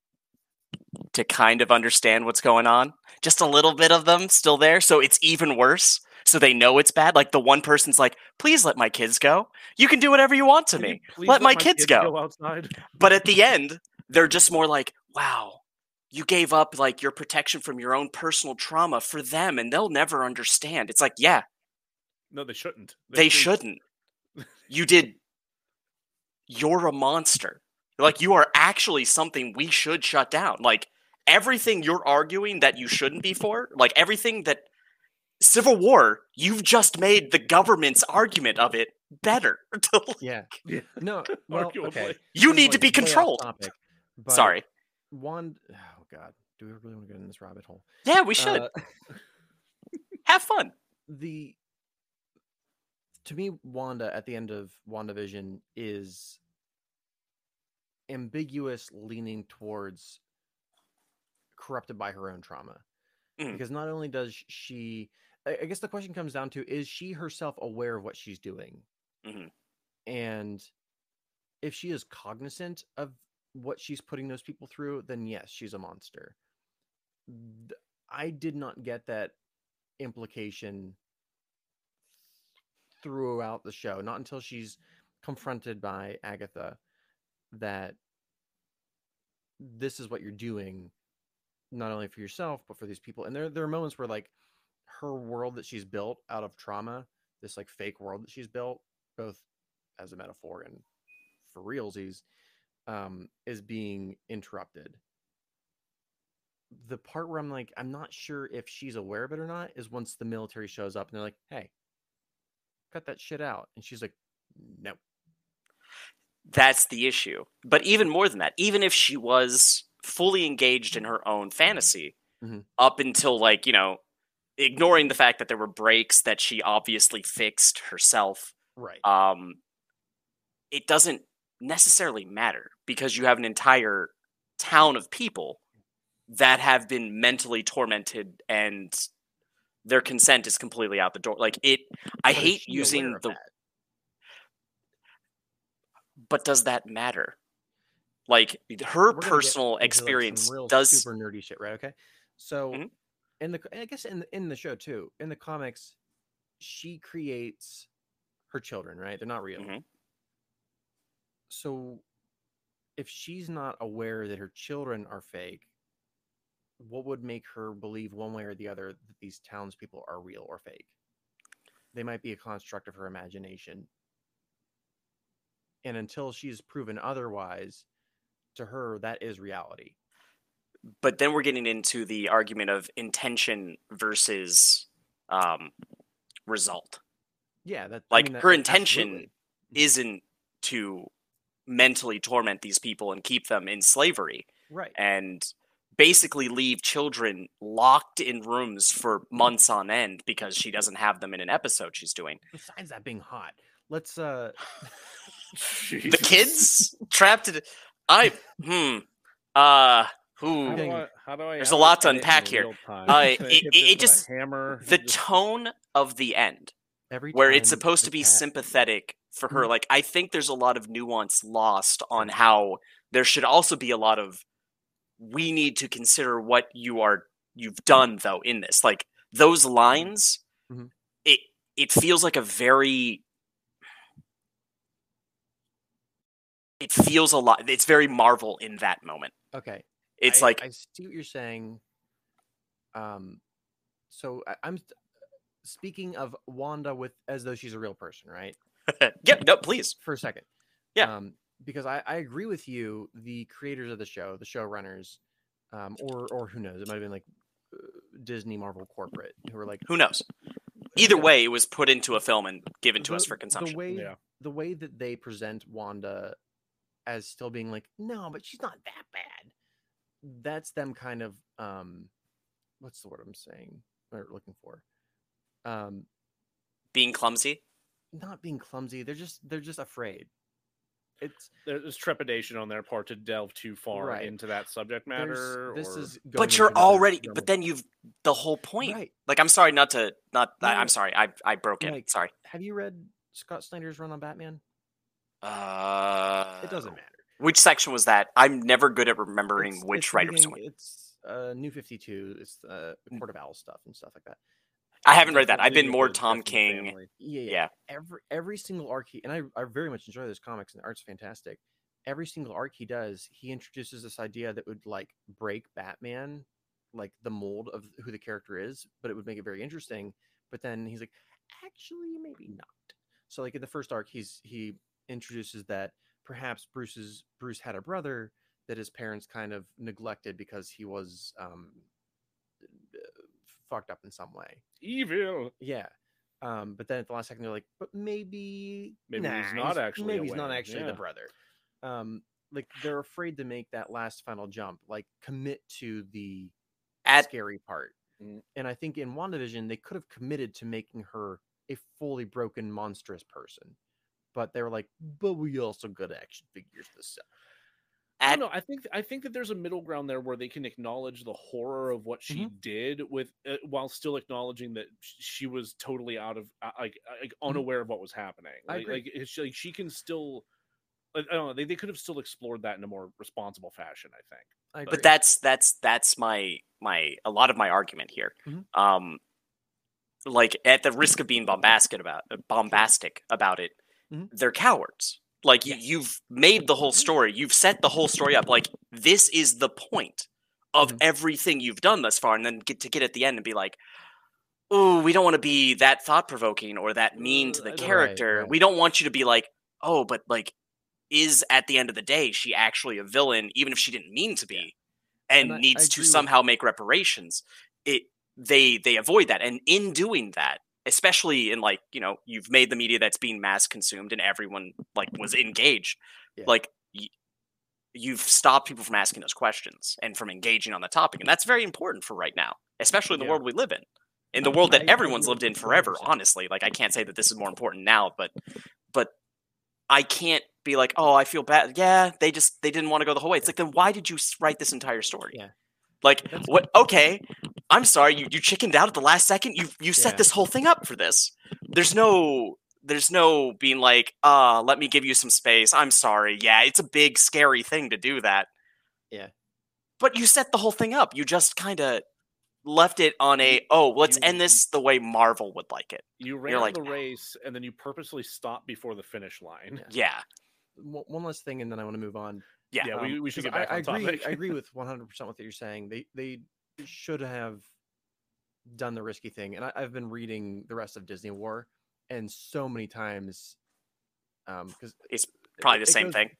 E: to kind of understand what's going on just a little bit of them still there so it's even worse so they know it's bad like the one person's like please let my kids go you can do whatever you want to
A: Can you
E: me
A: please
E: Let my kids go.
A: outside.
E: but at the end they're just more like wow you gave up like your protection from your own personal trauma for them and they'll never understand it's like yeah
A: No, they shouldn't.
E: they shouldn't. You did. You're a monster. Like you are actually something we should shut down. Like everything you're arguing that you shouldn't be for, like everything that Civil War, you've just made the government's argument of it better. To,
B: Yeah. No. Well, okay.
A: Arguably.
E: you
B: This is,
E: need to
B: like,
E: be
B: way off
E: controlled.
B: topic, but
E: Sorry.
B: Wand. Oh God. Do we really want to go in this rabbit hole?
E: Yeah, we should
B: Uh,
E: have fun.
B: the to me wanda at the end of wandavision is ambiguous leaning towards corrupted by her own trauma
E: Mhm.
B: because not only does sh- she i I guess the question comes down to is she herself aware of what she's doing
E: Mhm.
B: and if she is cognizant of what she's putting those people through then yes she's a monster Th- i did not get that implication throughout the show not until she's confronted by agatha that this is what you're doing not only for yourself but for these people and there there are moments where like her world that she's built out of trauma this like fake world that she's built both as a metaphor and for realsies um is being interrupted the part where i'm like i'm not sure if she's aware of it or not is once the military shows up and they're like hey cut that shit out and she's like no
E: That's the issue. But even more than that, even if she was fully engaged in her own fantasy
B: Mhm.
E: up until like, you know, ignoring the fact that there were breaks that she obviously fixed herself,
B: right
E: um it doesn't necessarily matter because you have an entire town of people that have been mentally tormented and their consent is completely out the door. Like it I
B: But is
E: hate
B: she aware
E: using
B: of
E: the
B: that?
E: but does that matter? Like her
B: We're gonna get
E: personal
B: into, like, some
E: experience
B: real
E: does.
B: super nerdy shit, right? Okay, so
E: Mhm.
B: in the I guess in the, in the show too, in the comics, she creates her children, right? They're not real.
E: Mhm.
B: So if she's not aware that her children are fake, what would make her believe one way or the other that these townspeople are real or fake? They might be a construct of her imagination. And until she's proven otherwise, to her, that is reality.
E: But then we're getting into the argument of intention versus um, result.
B: Yeah, that I
E: Like
B: mean, that-
E: her
B: that-
E: intention
B: absolutely. Mm-hmm.
E: Isn't to mentally torment these people and keep them in slavery
B: right?
E: and basically leave children locked in rooms for months on end because she doesn't have them in an episode she's doing.
B: Besides that being hot, let's uh,
E: The kids trapped in. I. Hmm. Uh. Ooh.
A: How do I, how do I
E: There's a lot to
A: edit in
E: unpack here.
A: real time?
E: Uh,
A: Can I
E: it-
A: hit
E: it-
A: this
E: it
A: with a
E: just-
A: hammer.
E: the
A: Just-
E: tone of the end
B: every
E: where it's
B: time Mm-hmm.
E: supposed
B: the
E: to be
B: cat-
E: sympathetic for her like i think there's a lot of nuance lost on how there should also be a lot of we need to consider what you are you've
B: Mm-hmm.
E: done though in this like those lines
B: Mhm.
E: it it feels like a very it feels a lot it's very marvel in that moment
B: Okay,
E: it's
B: I-
E: like
B: I see what you're saying. Um, so I, I'm st- speaking of Wanda with as though she's a real person, right?
E: yeah no please
B: For a second,
E: Yeah.
B: Um, because I, I agree with you. The creators of the show, the showrunners, um, or or who knows, it might have been like uh, Disney, Marvel, corporate, who were like.
E: who knows either way it was put into a film and given to us
B: the-
E: for consumption
B: The way,
A: Yeah.
B: the way that they present Wanda as still being like, no, but she's not that bad. That's them kind of um what's the word I'm saying or looking for? Um
E: being clumsy
B: not being clumsy. They're just they're just afraid. It's
A: there's trepidation on their part to delve too far
B: Right.
A: into that subject
B: there's-
A: matter.
B: this
A: or-
B: is going
E: but
B: into
E: you're
B: another
E: already
B: realm
E: but
B: of-
E: then you've the whole point
B: right.
E: like i'm sorry not to not I,
B: No,
E: i'm sorry i i broke it
B: like-
E: sorry
B: Have you read Scott Snyder's run on Batman?
E: uh
B: It doesn't matter.
E: which section was that i'm never good at remembering
B: It's- it's
E: which
B: the
E: writer was
B: beginning-
E: doing
B: It's uh, New Fifty Two. It's uh,
E: Mm.
B: the Court of Owls stuff and stuff like that.
E: i haven't read that
B: Definitely
E: i've been
B: read
E: more
B: those
E: tom
B: Death in the
E: king
B: Family. Yeah, yeah.
E: Yeah.
B: Every every single arc, he, and I, I very much enjoy those comics, and the art's fantastic. Every single arc he does, he introduces this idea that would like break Batman, like the mold of who the character is, but it would make it very interesting. But then he's like, actually, maybe not. So like in the first arc, he's he introduces that perhaps Bruce's Bruce had a brother that his parents kind of neglected because he was um, fucked up in some way.
A: evil.
B: Yeah. Um, but then at the last second, they're like, but maybe,
A: Maybe
B: nah,
A: he's not actually
B: maybe
A: a
B: he's not
A: whale."
B: actually
A: Yeah.
B: the brother. Um, like they're afraid to make that last final jump, like commit to the
E: At-
B: scary part.
F: Mm.
B: And I think in WandaVision, they could have committed to making her a fully broken, monstrous person. But they were like, but we also got action figures this stuff.
A: I
E: At-
A: don't know. I think I think that there's a middle ground there where they can acknowledge the horror of what she
B: Mm-hmm.
A: did with uh, while still acknowledging that sh- she was totally out of uh, like like unaware of what was happening.
B: Mm-hmm. I
A: Like,
B: agree.
A: like, it's, like she can still. I I don't know. They, they could have still explored that in a more responsible fashion. I think.
B: I agree.
E: but that's that's that's my my a lot of my argument here
B: Mhm.
E: um like at the risk of being bombastic about bombastic about it
B: Mhm.
E: they're cowards like you, you've made the
B: Mm-hmm.
E: whole story you've set the whole story up like this is the point of
B: Mhm.
E: everything you've done thus far and then get to get at the end and be like oh we don't want to be that thought provoking or that mean to the
A: Right,
E: character
B: right.
E: we don't want you to be like oh but like is at the end of the day she actually a villain even if she didn't mean to be and,
B: And I- I
E: needs
B: agree
E: to
B: with-
E: somehow make reparations it they they avoid that and in doing that especially in like you know you've made the media that's being mass consumed and everyone like was engaged
B: Yeah.
E: like y- you've stopped people from asking those questions and from engaging on the topic and that's very important for right now especially in the
B: Yeah.
E: world we live in in the world
B: I
E: that
B: agree
E: everyone's lived in forever
B: 100%.
E: honestly like i can't say that this is more important now but but i can't be like oh i feel bad yeah they just they didn't want to go the whole way it's like then why did you s- write this entire story
B: Yeah.
E: like what okay i'm sorry you, you chickened out at the last second you you set
B: Yeah.
E: this whole thing up for this there's no there's no being like uh let me give you some space i'm sorry yeah it's a big scary thing to do that
B: Yeah.
E: but you set the whole thing up you just kind of left it on a oh let's
A: you-
E: end this the way marvel would like it
A: You ran
E: like,
A: the race and then you purposely stopped before the finish line.
B: Yeah.
E: yeah
B: one one last thing, and then I want to move on.
E: Yeah.
A: Yeah, we- we should
B: 'cause
A: get back
B: Um, I,
A: on
B: I agree,
A: topic.
B: I agree with 100 percent what you're saying. They they should have done the risky thing, and I, I've been reading the rest of Disney War, and so many times, um, because
E: It's probably the same thing.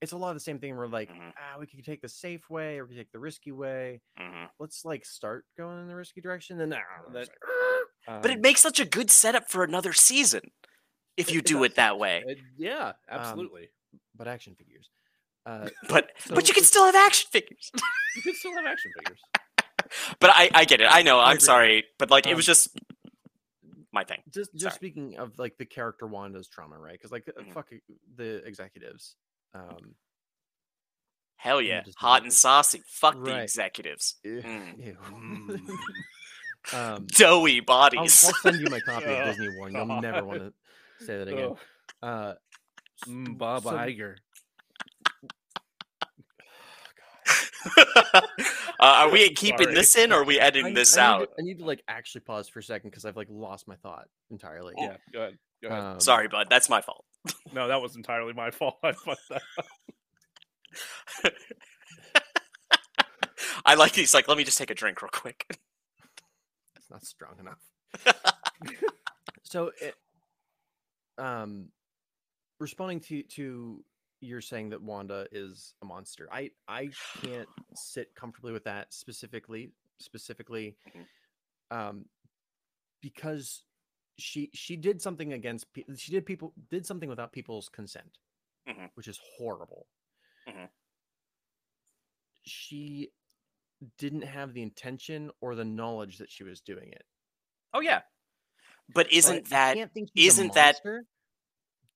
B: It's a lot of the same thing. We're like,
E: Mhm.
B: ah, we could take the safe way, or we could take the risky way.
E: hmm
B: Let's like start going in the risky direction, and then ah,
A: That-
B: it's like, "Ugh."
E: but it
B: Um,
E: makes such a good setup for another season if you
B: it
E: do
B: does.
E: it that way
A: Uh,
B: Um,
A: yeah, absolutely.
B: but action figures. Uh,
E: but but you
B: So
E: can
B: it's-
E: still have action figures
A: you can still have action figures.
E: but i i get it i know
B: I
E: i'm
B: agree.
E: sorry but like it
B: Um,
E: was just my thing
B: just just
E: Sorry.
B: speaking of like the character Wanda's trauma, right? Because like uh,
E: Mhm.
B: fuck it, the executives. Um,
E: hell
B: you
E: yeah
B: just
E: hot
B: need
E: and
B: to-
E: saucy fuck the
B: Right.
E: executives
B: ew.
E: Mm.
B: um,
E: doughy
B: I'll, I'll
E: bodies
B: send you my copy of
A: Oh,
B: Disney War. and You'll never want to say that again.
A: Oh.
B: Uh, s-
A: Mm, Bob
B: so-
A: Iger.
E: uh, are we keeping
A: Sorry.
E: this in or are we editing
B: Oh, I-
E: this
B: I need
E: out
B: to- I need to like actually pause for a second because I've like lost my thought entirely.
A: Yeah, go ahead. Go ahead.
B: Um,
E: sorry bud that's my fault
A: Uh, no, that was entirely my fault. I fucked that.
E: i like these like let me just take a drink real quick
B: it's not strong enough. so, it, um, responding to to you're saying that Wanda is a monster. I I can't sit comfortably with that specifically specifically,
E: Mhm.
B: um, because she she did something against pe- she did people did something without people's consent,
E: Mhm.
B: which is horrible.
E: Mhm.
B: She didn't have the intention or the knowledge that she was doing it.
E: oh yeah but
B: So I-
E: isn't
B: I
E: that
B: can't think she's a
E: isn't that-
B: monster.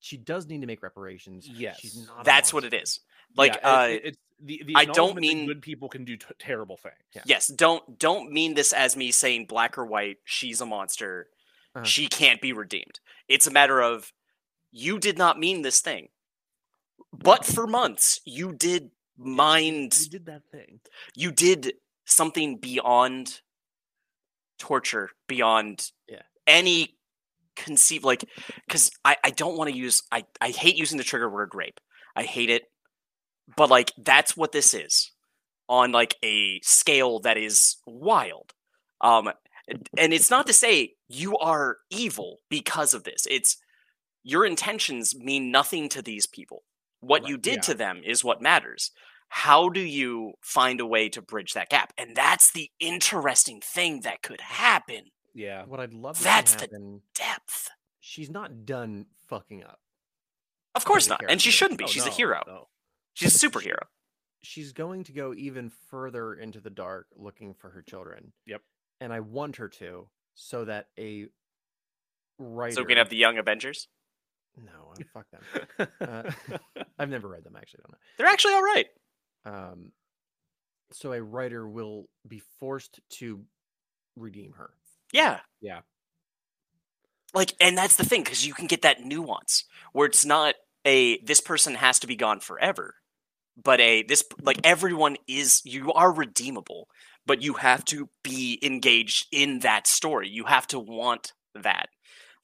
B: She does need to make reparations. she's
A: Yes.
B: not. a
E: that's what it
B: monster.
E: is like
A: Yeah,
E: uh
A: it- it- it's the, the
E: I don't
A: acknowledgement that
E: mean-
A: good people can do t- terrible things.
B: Yeah.
E: yes don't don't mean this as me saying black or white she's a monster
B: Uh-huh.
E: she can't be redeemed it's a matter of you did not mean this thing but for months you did mind
B: You did that thing.
E: you did something beyond torture beyond
B: Yeah.
E: any conceive like because I, I don't want to use I, I hate using the trigger word rape i hate it but like that's what this is on like a scale that is wild um and- and it's not to say you are evil because of this it's your intentions mean nothing to these people what you
A: Right,
E: did
A: yeah.
E: to them is what matters how do you find a way to bridge that gap and that's the interesting thing that could happen
F: Yeah.
H: What I'd love to
E: That's
H: That's
E: the-
H: happen.
E: Depth.
H: She's not done fucking up.
E: Of course
H: a
E: not. And she
H: character.
E: shouldn't be.
F: Oh,
E: She's a
F: no,
E: hero.
F: no.
E: She's a superhero.
H: She's going to go even further into the dark looking for her children.
A: Yep.
H: And I want her to, so that a writer.
E: So we can have the Young Avengers.
H: no, uh, fuck them. Uh, I've never read them. I Actually, don't know.
E: They're actually all right.
H: um, so a writer will be forced to redeem her.
E: Yeah.
F: Yeah.
E: Like, and that's the thing because you can get that nuance where it's not a this person has to be gone forever, but a this like everyone is you are redeemable, but you have to be engaged in that story. You have to want that.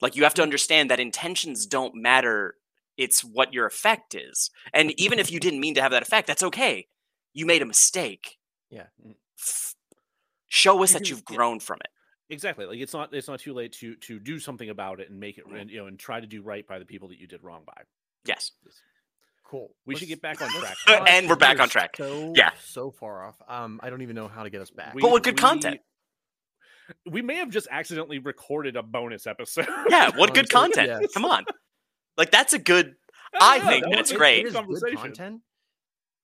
E: Like, you have to understand that intentions don't matter. It's what your effect is, and even if you didn't mean to have that effect, that's okay. You made a mistake.
H: Yeah.
A: Mm.
E: F- Show us
A: You
E: that
A: can-
E: you've
A: yeah.
E: grown from it.
A: exactly like it's not it's not too late to to do something about it and make it and, you know and try to do right by the people that you did wrong by
E: Yes.
H: Cool.
A: we should get back on track
E: Uh, and we're back
H: We're
E: on track.
H: So,
E: Yeah.
H: So far off. Um, I don't even know how to get us back.
A: We-
E: But with good content.
A: we may have just accidentally recorded a bonus episode
E: Yeah,
B: Um,
E: what good
H: Honestly,
E: content.
H: Oh, yes.
E: Come on. Like that's a good I think that it's
A: it- it
E: great.
A: is
H: It is good
A: conversation.
H: content.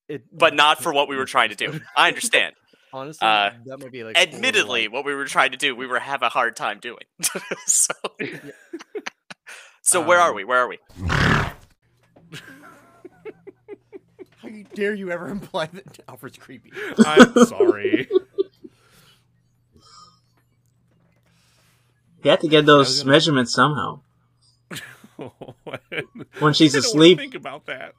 H: It,
E: but not for what we were trying to do. I understand.
H: honestly,
E: uh,
H: that might be like. four,
E: Admittedly,
H: like-
E: what we were trying to do, we were have a hard time doing. so So where are
H: Um,
E: we? Where are we?
B: How you- dare you ever imply that Alfred's creepy?
A: i'm sorry
K: You have to get those measurements somehow. When she's
A: I don't wanna
K: asleep,
A: think about that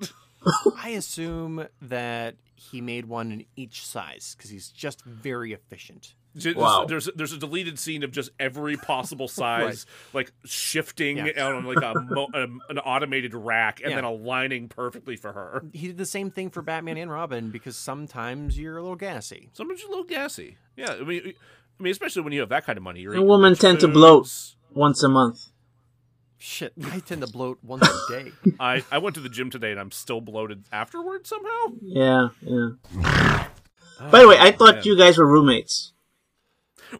B: I assume that he made one in each size because he's just very efficient.
A: Ju-
K: Wow.
A: There's there's a deleted scene of just every possible size, like shifting out on like a mo- um, an automated rack and
B: Yeah.
A: then aligning perfectly for her.
B: He did the same thing for Batman and Robin because sometimes you're a little gassy.
A: Sometimes you're a little gassy. Yeah, I mean, I mean, especially when you have that kind of money. You're
K: And
A: eating
K: women
A: rich
K: tend to
A: foods.
K: bloat. once a month.
B: Shit, I tend to bloat once a day.
A: I I went to the gym today and I'm still bloated afterward somehow.
K: Yeah, yeah. By the way, I thought you guys were roommates.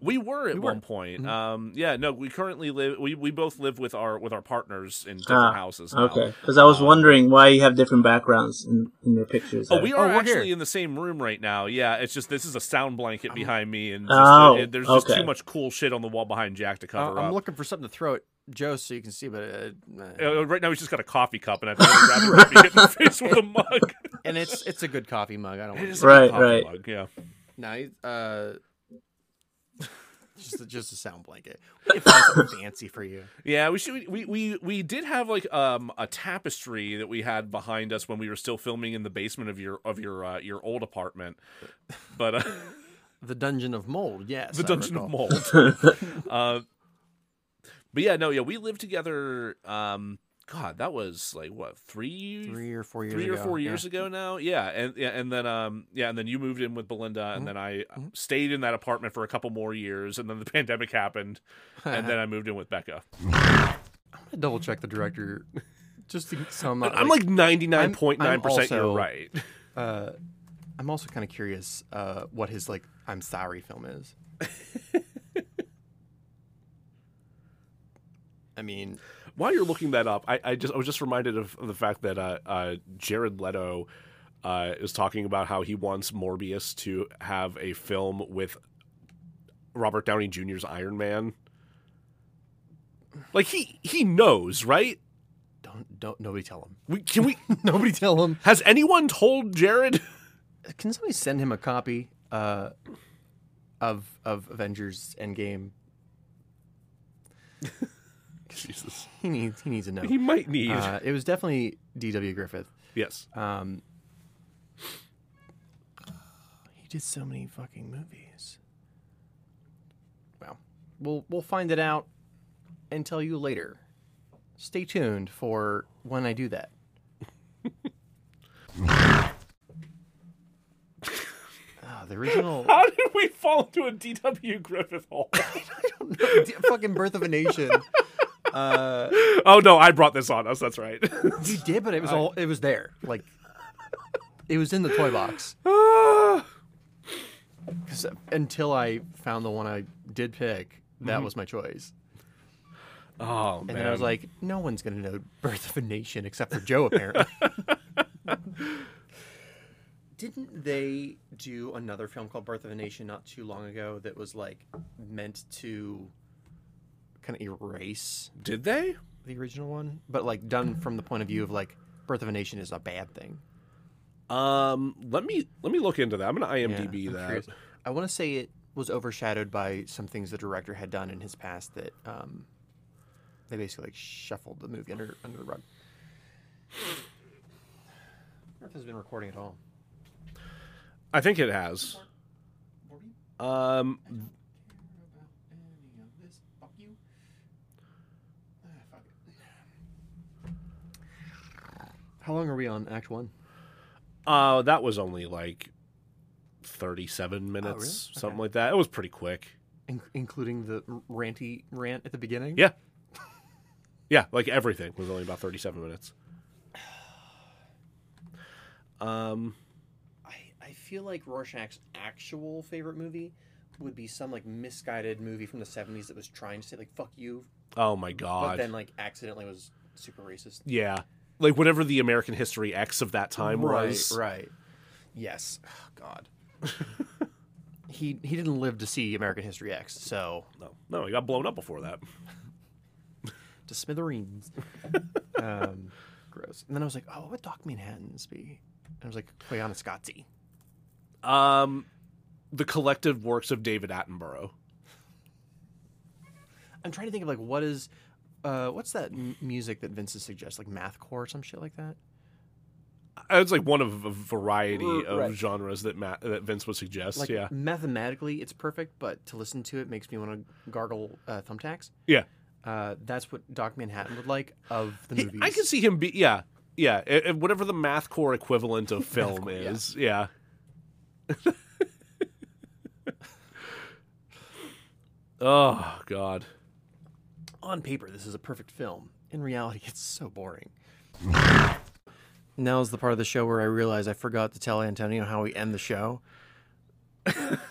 A: We were at one point. Um, yeah, no, we currently live. We, we both live with our with our partners in different
K: Ah,
A: houses. Now.
K: Okay, because I was wondering why you have different backgrounds in, in your pictures.
A: Oh,
K: there.
A: we are
B: we're
A: actually
B: here.
A: in the same room right now. Yeah, it's just this is a sound blanket behind me, and just,
K: Oh,
A: it- there's just
K: okay.
A: too much cool shit on the wall behind Jack to
B: Uh,
A: cover
B: I'm
A: up.
B: looking for something to throw at Joe so you can see, but uh, nah.
A: Uh, right now, he's just got a coffee cup, and I thought I'd grab it and hit in the face with a mug.
B: and it's it's a good coffee mug. I don't
A: It
B: want
A: is
B: to.
A: a good
K: Right,
A: coffee
K: right.
A: mug, Yeah,
B: Nice. Uh, just a, just a sound blanket. If that's something fancy for you.
A: yeah. We should. We, we we did have like um a tapestry that we had behind us when we were still filming in the basement of your of your uh, your old apartment, but. Uh,
B: The Dungeon of Mold. Yes.
A: the
B: I
A: Dungeon of
B: recall.
A: Mold. uh, but yeah, no, yeah, we lived together. Um, God, that was like what three,
B: Three or four years.
A: three or
B: ago,
A: four
B: yeah.
A: years ago now. Yeah, and yeah, and then um, yeah, and then you moved in with Belinda, and then I uh, stayed in that apartment for a couple more years, and then the pandemic happened, and then I moved in with Becca.
B: I double check the director just to, so I'm not.
A: I'm like ninety nine point nine percent. You're
B: also-
A: right.
B: uh, I'm also kind of curious uh, what his like I'm sorry film is. I mean,
A: While you're looking that up, I, I just I was just reminded of the fact that uh, uh, Jared Leto uh, is talking about how he wants Morbius to have a film with Robert Downey Jr.'s Iron Man. Like he he knows, right?
B: don't don't nobody tell him.
A: We, can we?
B: Nobody tell him.
A: has anyone told Jared?
B: Can somebody send him a copy uh, of of Avengers Endgame? Jesus, he needs he needs to know.
A: He might need.
B: Uh, it was definitely D.W. Griffith.
A: yes.
B: Um, he did so many fucking movies. Well, we'll we'll find it out and tell you later. Stay tuned for when I do that. Ah, the original
A: How did we fall into a D.W. Griffith hole?
B: fucking Birth of a Nation. Uh,
A: oh no, I brought this on us. That's right.
B: you did, but it was all it was there. Like it was in the toy box.
A: Ah.
B: 'Cause until I found the one I did pick, That was my choice.
A: Oh
B: And
A: man,
B: then I was like, no one's going to know Birth of a Nation except for Joe, apparently. Didn't they do another film called Birth of a Nation not too long ago that was like meant to kind of erase
A: did they?
B: the original one, but like done from the point of view of like Birth of a Nation is a bad thing?
A: Um, let me let me look into that. I'm gonna IMDb
B: I'm
A: that.
B: curious. I want to say it was overshadowed by some things the director had done in his past that um, they basically like shuffled the movie under under the rug. I wonder if this has been recording at all.
A: I think it has. Um,
B: How long are we on Act One?
A: uh, that was only like
B: Oh,
A: thirty-seven minutes, something like that. It was pretty quick.
B: In- including the r- ranty rant at the beginning.
A: Yeah, yeah, like everything was only about thirty-seven minutes. Um,
B: I, I feel like Rorschach's actual favorite movie would be some like misguided movie from the '70s that was trying to say like "fuck you,"
A: oh my
B: but
A: god,
B: then like accidentally was super racist.
A: yeah, like whatever the American History X of that time was.
B: Right. Yes. Oh, God. he he didn't live to see American History X, so
A: No, no, he got blown up before that.
B: to smithereens. um, gross. And then I was like, oh, what would Doc Manhattan's be? And I was like, Koyaanisqatsi.
A: Um, the collective works of David Attenborough.
B: I'm trying to think of like what is, uh, what's that m- music that Vincent suggests, like mathcore or some shit like that.
A: Uh, It's like one of a variety of
B: Right.
A: genres that Matt, that Vince would suggest.
B: Like
A: yeah,
B: mathematically, it's perfect, but to listen to it makes me want to gargle uh, thumbtacks.
A: yeah.
B: Uh, that's what Doc Manhattan would like of the
A: He-
B: movies.
A: I can see him be. Yeah, yeah. i- i- whatever the mathcore equivalent of film is. Yeah. oh God.
B: on paper, this is a perfect film. In reality, it's so boring. Now's the part of the show where I realize I forgot to tell Antonio how we end the show.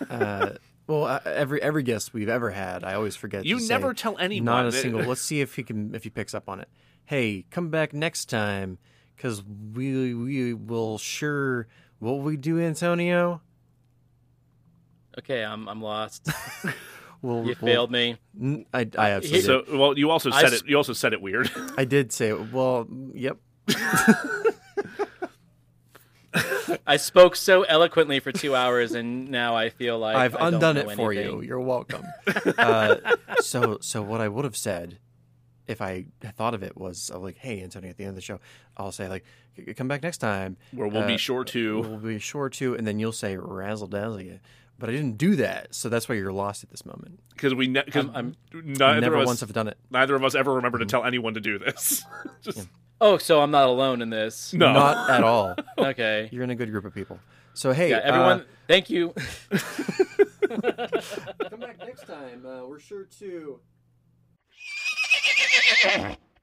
B: uh, well, uh, every every guest we've ever had, I always forget.
A: You
B: to say,
A: never tell anyone
B: Not a
A: that-
B: single. Let's see if he can if he picks up on it. Hey, come back next time, because we we will sure. What will we do, Antonio?
F: Okay, I'm I'm lost.
B: We'll,
F: You
B: we'll-
F: failed me.
B: N- I I absolutely.
A: So well, you also
F: I
A: said
F: s-
A: it. You also said it weird.
B: I did say. Well, yep.
F: I spoke so eloquently for two hours, and now I feel like
B: I've
F: I don't
B: undone
F: know
B: it for
F: anything.
B: you. You're welcome. uh, so, so what I would have said if I had thought of it was uh, like, "Hey, Antonio, at the end of the show, I'll say like, "C- come back next time.
A: Where we'll
B: Uh,
A: be sure to.
B: We'll be sure to," and then you'll say razzle dazzle you. But I didn't do that, so that's why you're lost at this moment.
A: because we ne- cause
F: I'm-
A: neither
B: Never
A: of us
B: once have done it.
A: neither of us ever remember to tell anyone to do this. Just
F: Oh, so I'm not alone in this.
A: no.
B: Not at all.
F: Okay.
B: You're in a good group of people. So hey,
F: Yeah, everyone,
B: uh,
F: thank you.
B: come back next time. Uh, we're sure to.